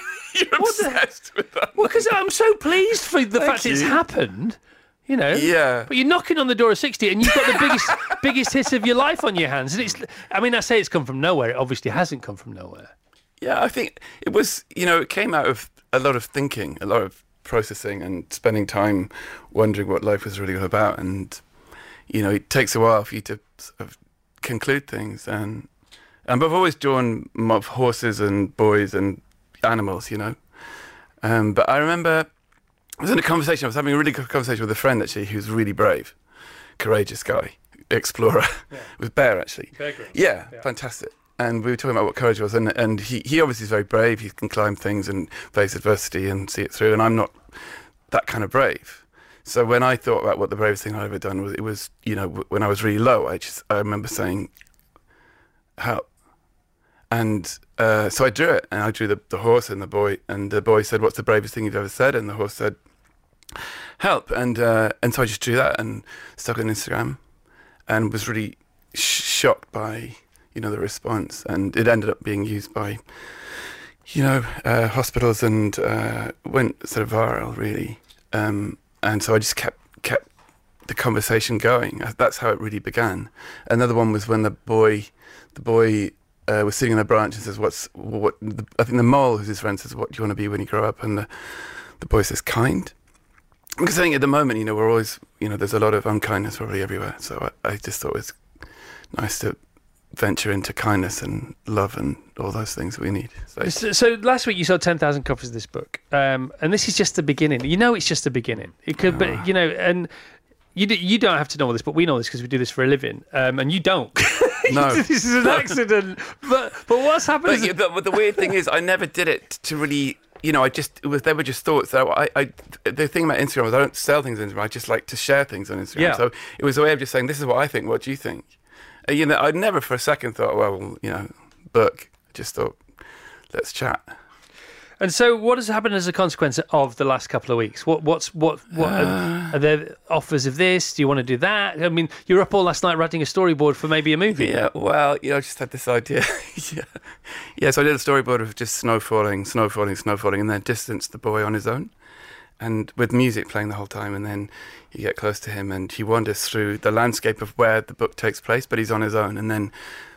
[SPEAKER 13] [LAUGHS] You're obsessed [LAUGHS] with that.
[SPEAKER 1] Well, because I'm so pleased for the
[SPEAKER 13] Thank
[SPEAKER 1] fact it's
[SPEAKER 13] you.
[SPEAKER 1] happened. You know.
[SPEAKER 13] Yeah.
[SPEAKER 1] But you're knocking on the door of sixty, and you've got
[SPEAKER 13] [LAUGHS]
[SPEAKER 1] the biggest biggest hit of your life on your hands. And it's, I mean, I say it's come from nowhere. It obviously hasn't come from nowhere.
[SPEAKER 13] Yeah, I think it was, you know, it came out of a lot of thinking, a lot of processing and spending time wondering what life was really all about. And, you know, it takes a while for you to sort of conclude things. And, and but I've always drawn m- of horses and boys and animals, you know. Um, but I remember I was in a conversation, I was having a really good conversation with a friend actually who's really brave, courageous guy, explorer, [LAUGHS] with Bear actually.
[SPEAKER 10] Bear Grylls.
[SPEAKER 13] Yeah, fantastic. And we were talking about what courage was, and and he, he obviously is very brave. He can climb things and face adversity and see it through. And I'm not that kind of brave. So when I thought about what the bravest thing I'd ever done was, it was you know w- when I was really low, I just I remember saying help, and uh, so I drew it, and I drew the, the horse and the boy, and the boy said, "What's the bravest thing you've ever said?" And the horse said, help and uh, and so I just drew that and stuck it on Instagram and was really sh- shocked by you know the response and it ended up being used by you know uh, hospitals and uh, went sort of viral really um, and so I just kept kept the conversation going Uh, that's how it really began another one was when the boy the boy uh, was sitting on a branch and says what's what the, I think the mole who's his friend says what do you want to be when you grow up and the, the boy says kind because I think at the moment, you know, we're always, you know, there's a lot of unkindness probably everywhere. So I, I just thought it was nice to venture into kindness and love and all those things we need. So,
[SPEAKER 1] So, so last week you sold ten thousand copies of this book, um, and this is just the beginning. You know, it's just the beginning. It could,
[SPEAKER 13] Ah.
[SPEAKER 1] but you know, and you d- you don't have to know all this, but we know this because we do this for a living, um, and you don't. [LAUGHS]
[SPEAKER 13] No.
[SPEAKER 1] this is an accident. But but what's happened?
[SPEAKER 13] but, yeah, but, but the weird thing is, I never did it to really, you know, I just, it was, they were just thoughts. So I, I, the thing about Instagram is I don't sell things on Instagram. I just like to share things on Instagram.
[SPEAKER 1] Yeah.
[SPEAKER 13] So it was a way of just saying, this is what I think. What do you think? Uh, You know, I never for a second thought, well, you know, book. I just thought, let's chat.
[SPEAKER 1] And so, what has happened as a consequence of the last couple of weeks? What what's what what are,
[SPEAKER 13] Uh.
[SPEAKER 1] are there offers of this? Do you want to do that? I mean, you were up all last night writing a storyboard for maybe a movie.
[SPEAKER 13] Yeah, well, you know, I just had this idea. [LAUGHS] yeah. yeah, so I did a storyboard of just snow falling, snow falling, snow falling, and then distance the boy on his own. And with music playing the whole time, and then you get close to him, and he wanders through the landscape of where the book takes place, but he's on his own, and then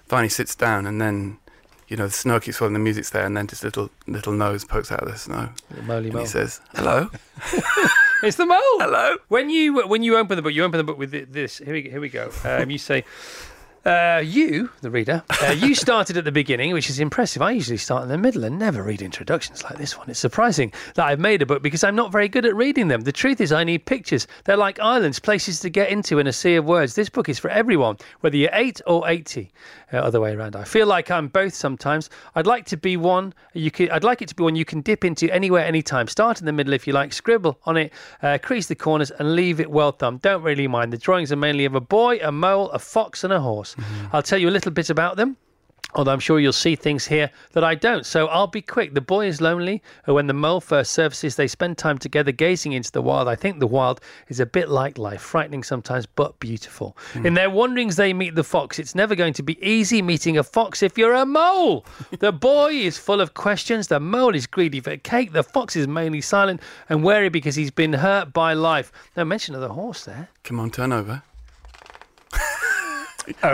[SPEAKER 13] finally sits down, and then you know the snow keeps falling, the music's there, and then just little little nose pokes out of the snow,
[SPEAKER 1] Moly
[SPEAKER 13] and
[SPEAKER 1] mole.
[SPEAKER 13] he says, "Hello."
[SPEAKER 1] It's the mole. Hello. When you when you open the book, you open the book with thi- this. Here we here we go. Um, you say. Uh, you, the reader, uh, you started at the beginning, which is impressive. I usually start in the middle and never read introductions like this one. It's surprising that I've made a book because I'm not very good at reading them. The truth is, I need pictures. They're like islands, places to get into in a sea of words. This book is for everyone, whether you're eight or 80. Uh, other way around. I feel like I'm both sometimes. I'd like to be one. You could, I'd like it to be one you can dip into anywhere, anytime. Start in the middle if you like. Scribble on it, uh, crease the corners, and leave it well thumbed. Don't really mind. The drawings are mainly of a boy, a mole, a fox, and a horse. I'll tell you a little bit about them. Although I'm sure you'll see things here that I don't, so I'll be quick. The boy is lonely, and when the mole first surfaces, they spend time together gazing into the wild. I think the wild is a bit like life, frightening sometimes, but beautiful. In their wanderings, they meet the fox. It's never going to be easy meeting a fox if you're a mole. the boy is full of questions, the mole is greedy for cake, the fox is mainly silent and wary because he's been hurt by life. No mention of the horse there.
[SPEAKER 13] Come on, turn over.
[SPEAKER 1] Okay.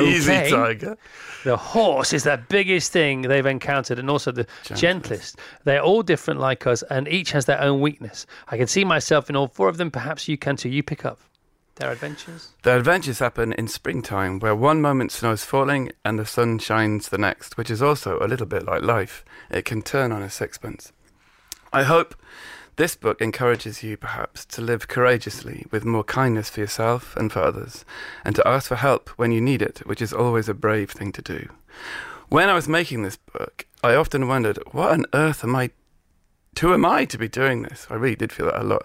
[SPEAKER 13] Easy, tiger.
[SPEAKER 1] The horse is the biggest thing they've encountered and also the gentlest. They're all different like us and each has their own weakness. I can see myself in all four of them. Perhaps you can too. You pick up.
[SPEAKER 10] Their adventures.
[SPEAKER 13] Their adventures happen in springtime, where one moment snow is falling and the sun shines the next, which is also a little bit like life. It can turn on a sixpence. I hope this book encourages you, perhaps, to live courageously with more kindness for yourself and for others, and to ask for help when you need it, which is always a brave thing to do. When I was making this book, I often wondered, what on earth am I? Who am I to be doing this? I really did feel that a lot.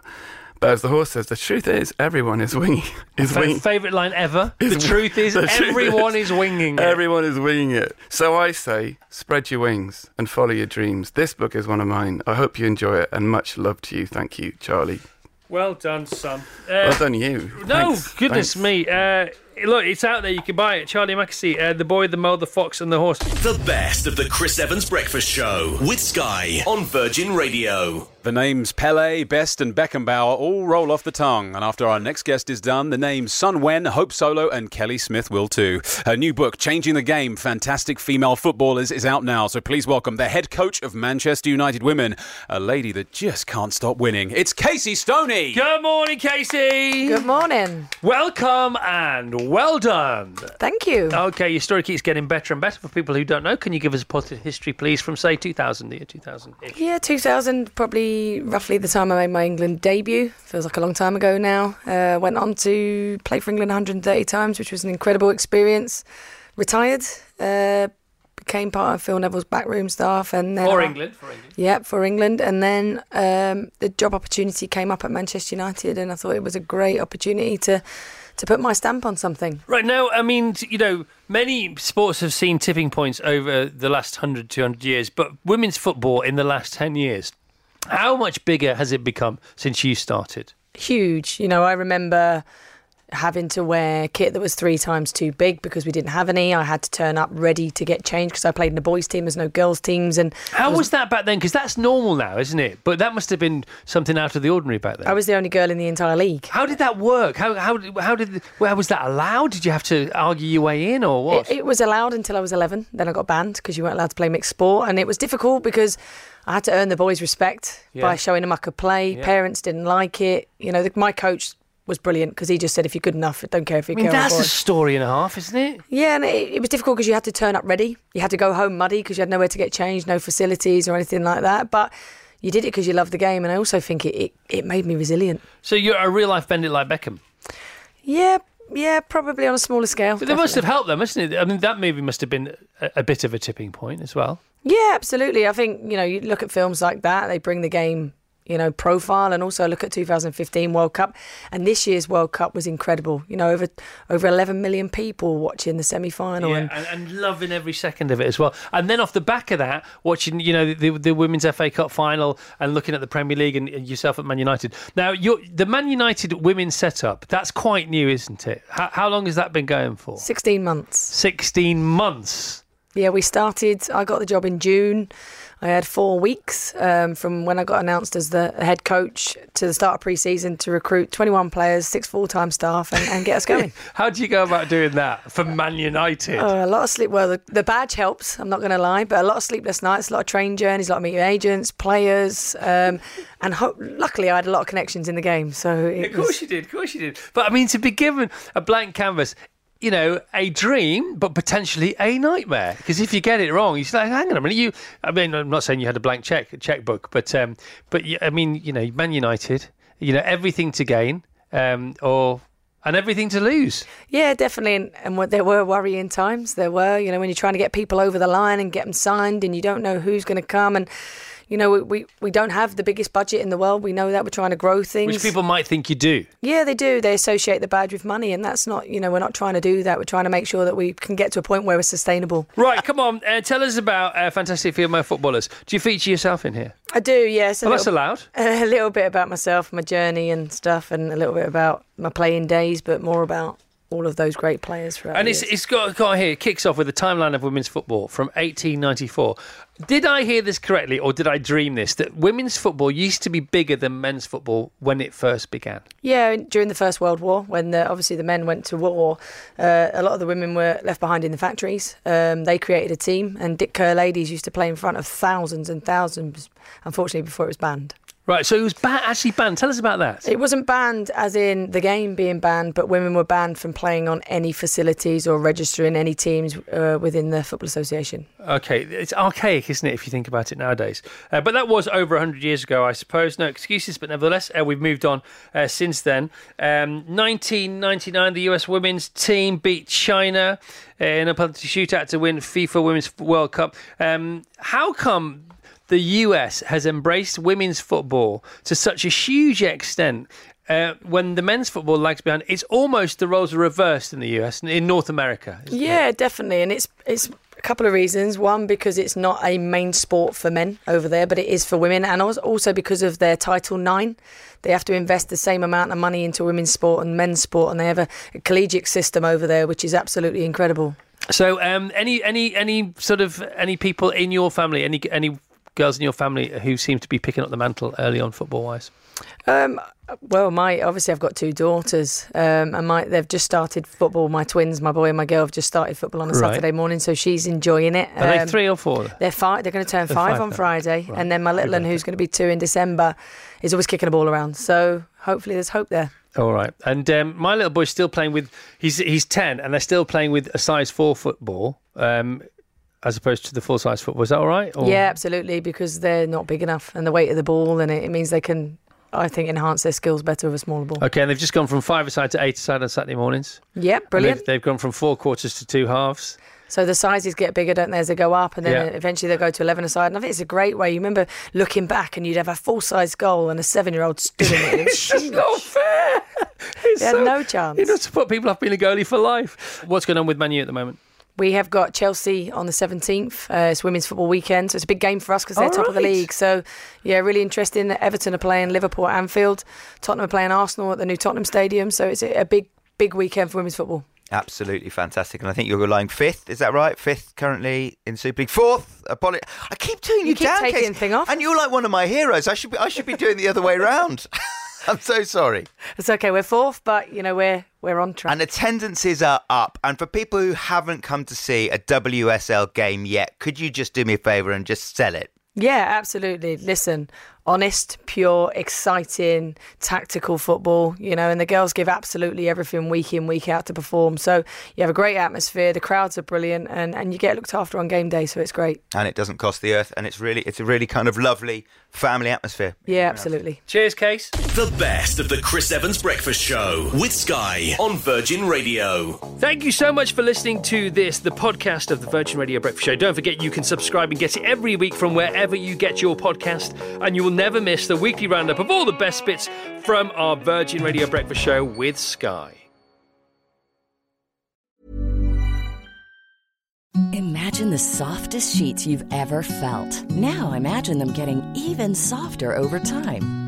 [SPEAKER 13] But as the horse says, the truth is, everyone is [LAUGHS] winging. Is
[SPEAKER 10] Fa-
[SPEAKER 13] winging.
[SPEAKER 10] Favorite line ever. The
[SPEAKER 13] is-
[SPEAKER 10] truth
[SPEAKER 13] [LAUGHS]
[SPEAKER 10] is,
[SPEAKER 13] the truth
[SPEAKER 10] everyone is winging. It.
[SPEAKER 13] Everyone is winging it. So I say, spread your wings and follow your dreams. This book is one of mine. I hope you enjoy it and much love to you. Thank you, Charlie.
[SPEAKER 1] Well done, son. Uh,
[SPEAKER 13] well done, you.
[SPEAKER 1] No,
[SPEAKER 13] Thanks.
[SPEAKER 1] goodness
[SPEAKER 13] Thanks.
[SPEAKER 1] me. Uh, look, it's out there. You can buy it. Charlie Mackesy, uh, The Boy, The Mole, The Fox, and The Horse.
[SPEAKER 5] The best of the Chris Evans Breakfast Show with Sky on Virgin Radio.
[SPEAKER 2] The names Pele, Best, and Beckenbauer all roll off the tongue, and after our next guest is done, the names Sun Wen, Hope Solo, and Kelly Smith will too. Her new book, Changing the Game Fantastic Female Footballers, is out now, so please welcome the head coach of Manchester United Women, a lady that just can't stop winning. It's Casey Stoney!
[SPEAKER 1] Good morning, Casey.
[SPEAKER 14] Good morning.
[SPEAKER 1] Welcome and well done.
[SPEAKER 14] Thank you.
[SPEAKER 1] Okay, your story keeps getting better and better for people who don't know. Can you give us a positive history, please, from say 2000, the year 2000?
[SPEAKER 14] [LAUGHS] Yeah, 2000, probably roughly the time I made my England debut. Feels like a long time ago now. Uh, went on to play for England 130 times, which was an incredible experience. Retired, uh, became part of Phil Neville's backroom staff, and then
[SPEAKER 1] Or England, for England.
[SPEAKER 14] Yeah, for England, and then um, the job opportunity came up at Manchester United, and I thought it was a great opportunity to to put my stamp on something.
[SPEAKER 1] Right now, I mean, t- you know, many sports have seen tipping points over the last 100, 200 years, but women's football in the last 10 years, how much bigger has it become since you started?
[SPEAKER 14] huge. You know, I remember having to wear kit that was three times too big because we didn't have any. I had to turn up ready to get changed because I played in the boys' team. There's no girls' teams, and
[SPEAKER 1] How was that back then? Because that's normal now, isn't it? But that must have been something out of the ordinary back then.
[SPEAKER 14] I was the only girl in the entire league.
[SPEAKER 1] How did that work? How how how did where was that allowed? Did you have to argue your way in or what?
[SPEAKER 14] It, it was allowed until I was 11. Then I got banned because you weren't allowed to play mixed sport, and it was difficult because I had to earn the boys' respect
[SPEAKER 15] Yeah.
[SPEAKER 14] by showing them I could play.
[SPEAKER 15] Yeah.
[SPEAKER 14] Parents didn't like it. You know, the, my coach was brilliant because he just said, "If you're good enough, don't care if
[SPEAKER 1] I
[SPEAKER 14] you're
[SPEAKER 1] mean,
[SPEAKER 14] girl or
[SPEAKER 1] that's
[SPEAKER 14] boy."
[SPEAKER 1] a story and a half, isn't it?
[SPEAKER 14] Yeah, and it, it was difficult because you had to turn up ready. You had to go home muddy because you had nowhere to get changed, no facilities or anything like that. But you did it because you loved the game, and I also think it, it, it made me resilient.
[SPEAKER 1] So you're a real life bandit like Beckham.
[SPEAKER 14] Yeah, yeah, probably on a smaller scale.
[SPEAKER 1] But that must have
[SPEAKER 14] definitely.
[SPEAKER 1] helped them, mustn't it? I mean, that movie must have been a, a bit of a tipping point as well.
[SPEAKER 14] Yeah, absolutely. I think, you know, you look at films like that, they bring the game, you know, profile and also look at 2015 World Cup and this year's World Cup was incredible. You know, over over 11 million people watching the semi-final
[SPEAKER 1] Yeah,
[SPEAKER 14] and
[SPEAKER 1] and, and loving every second of it as well. And then off the back of that, watching you know the, the women's FA Cup final and looking at the Premier League and, and yourself at Man United. Now, you're, the Man United women's setup that's quite new, isn't it? How, how long has that been going for?
[SPEAKER 14] 16 months.
[SPEAKER 1] 16 months.
[SPEAKER 14] Yeah, we started. I got the job in June. I had four weeks um, from when I got announced as the head coach to the start of pre-season to recruit 21 players, six full-time staff, and, and get us going.
[SPEAKER 1] How do you go about doing that for Man United?
[SPEAKER 14] Oh, a lot of sleep. Well, the, the badge helps. I'm not going to lie, but a lot of sleepless nights, a lot of train journeys, a lot of meeting agents, players, um, [LAUGHS] and ho- luckily I had a lot of connections in the game. So it
[SPEAKER 1] Of course you did. Of course you did. But I mean, to be given a blank canvas, you know, a dream, but potentially a nightmare. Because if you get it wrong, you're just like, hang on a minute. You, I mean, I'm not saying you had a blank check, checkbook, but um, but you- I mean, you know, Man United, you know, everything to gain, um, or and everything to lose.
[SPEAKER 14] Yeah, definitely. And, and what- there were worrying times. There were, you know, when you're trying to get people over the line and get them signed and you don't know who's going to come. And, you know, we, we, we don't have the biggest budget in the world. We know that we're trying to grow things.
[SPEAKER 1] Which people might think you do.
[SPEAKER 14] yeah, they do. They associate the badge with money. And that's not, you know, we're not trying to do that. We're trying to make sure that we can get to a point where we're sustainable.
[SPEAKER 1] Right, come on, uh, tell us about uh, fantastic female footballers. Do you feature yourself in here?
[SPEAKER 14] I do, yes.
[SPEAKER 1] Well, that's allowed.
[SPEAKER 14] [LAUGHS] A little bit about myself, my journey and stuff, and a little bit about my playing days, but more about all of those great players throughout
[SPEAKER 1] And
[SPEAKER 14] the
[SPEAKER 1] it's,
[SPEAKER 14] years.
[SPEAKER 1] it's got, got here, it kicks off with a timeline of women's football from 1894. Did I hear this correctly, or did I dream this? That women's football used to be bigger than men's football when it first began.
[SPEAKER 14] Yeah, and during the First World War, when the, obviously the men went to war, uh, a lot of the women were left behind in the factories. Um, they created a team, and Dick Kerr ladies used to play in front of thousands and thousands, unfortunately, before it was banned.
[SPEAKER 1] Right, so it was ba- actually banned. Tell us about that.
[SPEAKER 14] It wasn't banned as in the game being banned, but women were banned from playing on any facilities or registering any teams uh, within the Football Association.
[SPEAKER 1] Okay, it's archaic, isn't it, if you think about it nowadays? Uh, but that was over 100 years ago, I suppose. No excuses, but nevertheless, uh, we've moved on uh, since then. Um, 1999, the US women's team beat China in a penalty shootout to win FIFA Women's World Cup. Um, how come the US has embraced women's football to such a huge extent? Uh, when the men's football lags behind, it's almost the roles are reversed in the US, in North America.
[SPEAKER 14] Yeah, definitely, and it's it's a couple of reasons. One, because it's not a main sport for men over there, but it is for women, and als- also because of their Title IX, they have to invest the same amount of money into women's sport and men's sport, and they have a, a collegiate system over there, which is absolutely incredible.
[SPEAKER 1] So, um, any any any sort of any people in your family, any any girls in your family who seem to be picking up the mantle early on football wise?
[SPEAKER 14] Um, well, my obviously I've got two daughters, um, and my they've just started football. My twins, my boy and my girl, have just started football on a
[SPEAKER 1] Right.
[SPEAKER 14] Saturday morning, so she's enjoying it.
[SPEAKER 1] Are they
[SPEAKER 14] Um,
[SPEAKER 1] three or four?
[SPEAKER 14] They're five. They're going to turn
[SPEAKER 1] They're
[SPEAKER 14] five,
[SPEAKER 1] five
[SPEAKER 14] on
[SPEAKER 1] now.
[SPEAKER 14] Friday,
[SPEAKER 1] Right.
[SPEAKER 14] and then my little one, who's going to be two in December, is always kicking a ball around. So hopefully, there's hope there.
[SPEAKER 1] All right, and um, my little boy's still playing with he's he's ten, and they're still playing with a size four football, um, as opposed to the full size football. Is that all right? Or-
[SPEAKER 14] Yeah, absolutely, because they're not big enough, and the weight of the ball, and it, it means they can, I think, enhance their skills better with a smaller ball.
[SPEAKER 1] Okay, and they've just gone from five aside to eight aside on Saturday mornings.
[SPEAKER 14] Yep,
[SPEAKER 1] And
[SPEAKER 14] brilliant.
[SPEAKER 1] They've, they've gone from four quarters to two halves.
[SPEAKER 14] So the sizes get bigger, don't they, as they go up, and then
[SPEAKER 1] Yeah.
[SPEAKER 14] eventually they'll go to 11 aside. And I think it's a great way. You remember looking back and you'd have a full size goal and a seven year old
[SPEAKER 1] [LAUGHS]
[SPEAKER 14] stood in it. It's not
[SPEAKER 1] fair.
[SPEAKER 14] they had no chance.
[SPEAKER 1] You know, to put people off being a goalie for life. What's going on with Manu at the moment?
[SPEAKER 14] We have got Chelsea on the 17th. Uh, it's Women's Football Weekend, so it's a big game for us because they're
[SPEAKER 1] All
[SPEAKER 14] top of the
[SPEAKER 1] right.
[SPEAKER 14] league. So, yeah, really interesting. Everton are playing Liverpool at Anfield. Tottenham are playing Arsenal at the new Tottenham Stadium. So it's a a big, big weekend for women's football.
[SPEAKER 15] Absolutely fantastic. And I think you're relying fifth, is that right? Fifth currently in Super League. Fourth, apolo- I keep doing you,
[SPEAKER 14] You keep
[SPEAKER 15] down,
[SPEAKER 14] taking
[SPEAKER 15] Kate.
[SPEAKER 14] thing off.
[SPEAKER 15] And you're like one of my heroes. I should be, I should be doing the other
[SPEAKER 4] [LAUGHS]
[SPEAKER 15] way round. [LAUGHS] I'm so sorry.
[SPEAKER 14] It's okay, we're fourth, but, you know, we're, we're on track.
[SPEAKER 15] And attendances are up. And for people who haven't come to see a WSL game yet, could you just do me a favour and just sell it?
[SPEAKER 14] Yeah, absolutely. Listen, honest, pure, exciting, tactical football, you know, and the girls give absolutely everything week in, week out to perform. So you have a great atmosphere, the crowds are brilliant, and, and you get looked after on game day, so it's great.
[SPEAKER 15] And it doesn't cost the earth. And it's really, it's a really kind of lovely family atmosphere.
[SPEAKER 14] Yeah, absolutely.
[SPEAKER 1] Cheers, Case.
[SPEAKER 5] The best of the Chris Evans Breakfast Show with Sky on Virgin Radio.
[SPEAKER 1] Thank you so much for listening to this, the podcast of the Virgin Radio Breakfast Show. Don't forget you can subscribe and get it every week from wherever you get your podcast, and you will never miss the weekly roundup of all the best bits from our Virgin Radio Breakfast Show with Sky.
[SPEAKER 16] Imagine the softest sheets you've ever felt. Now imagine them getting even softer over time.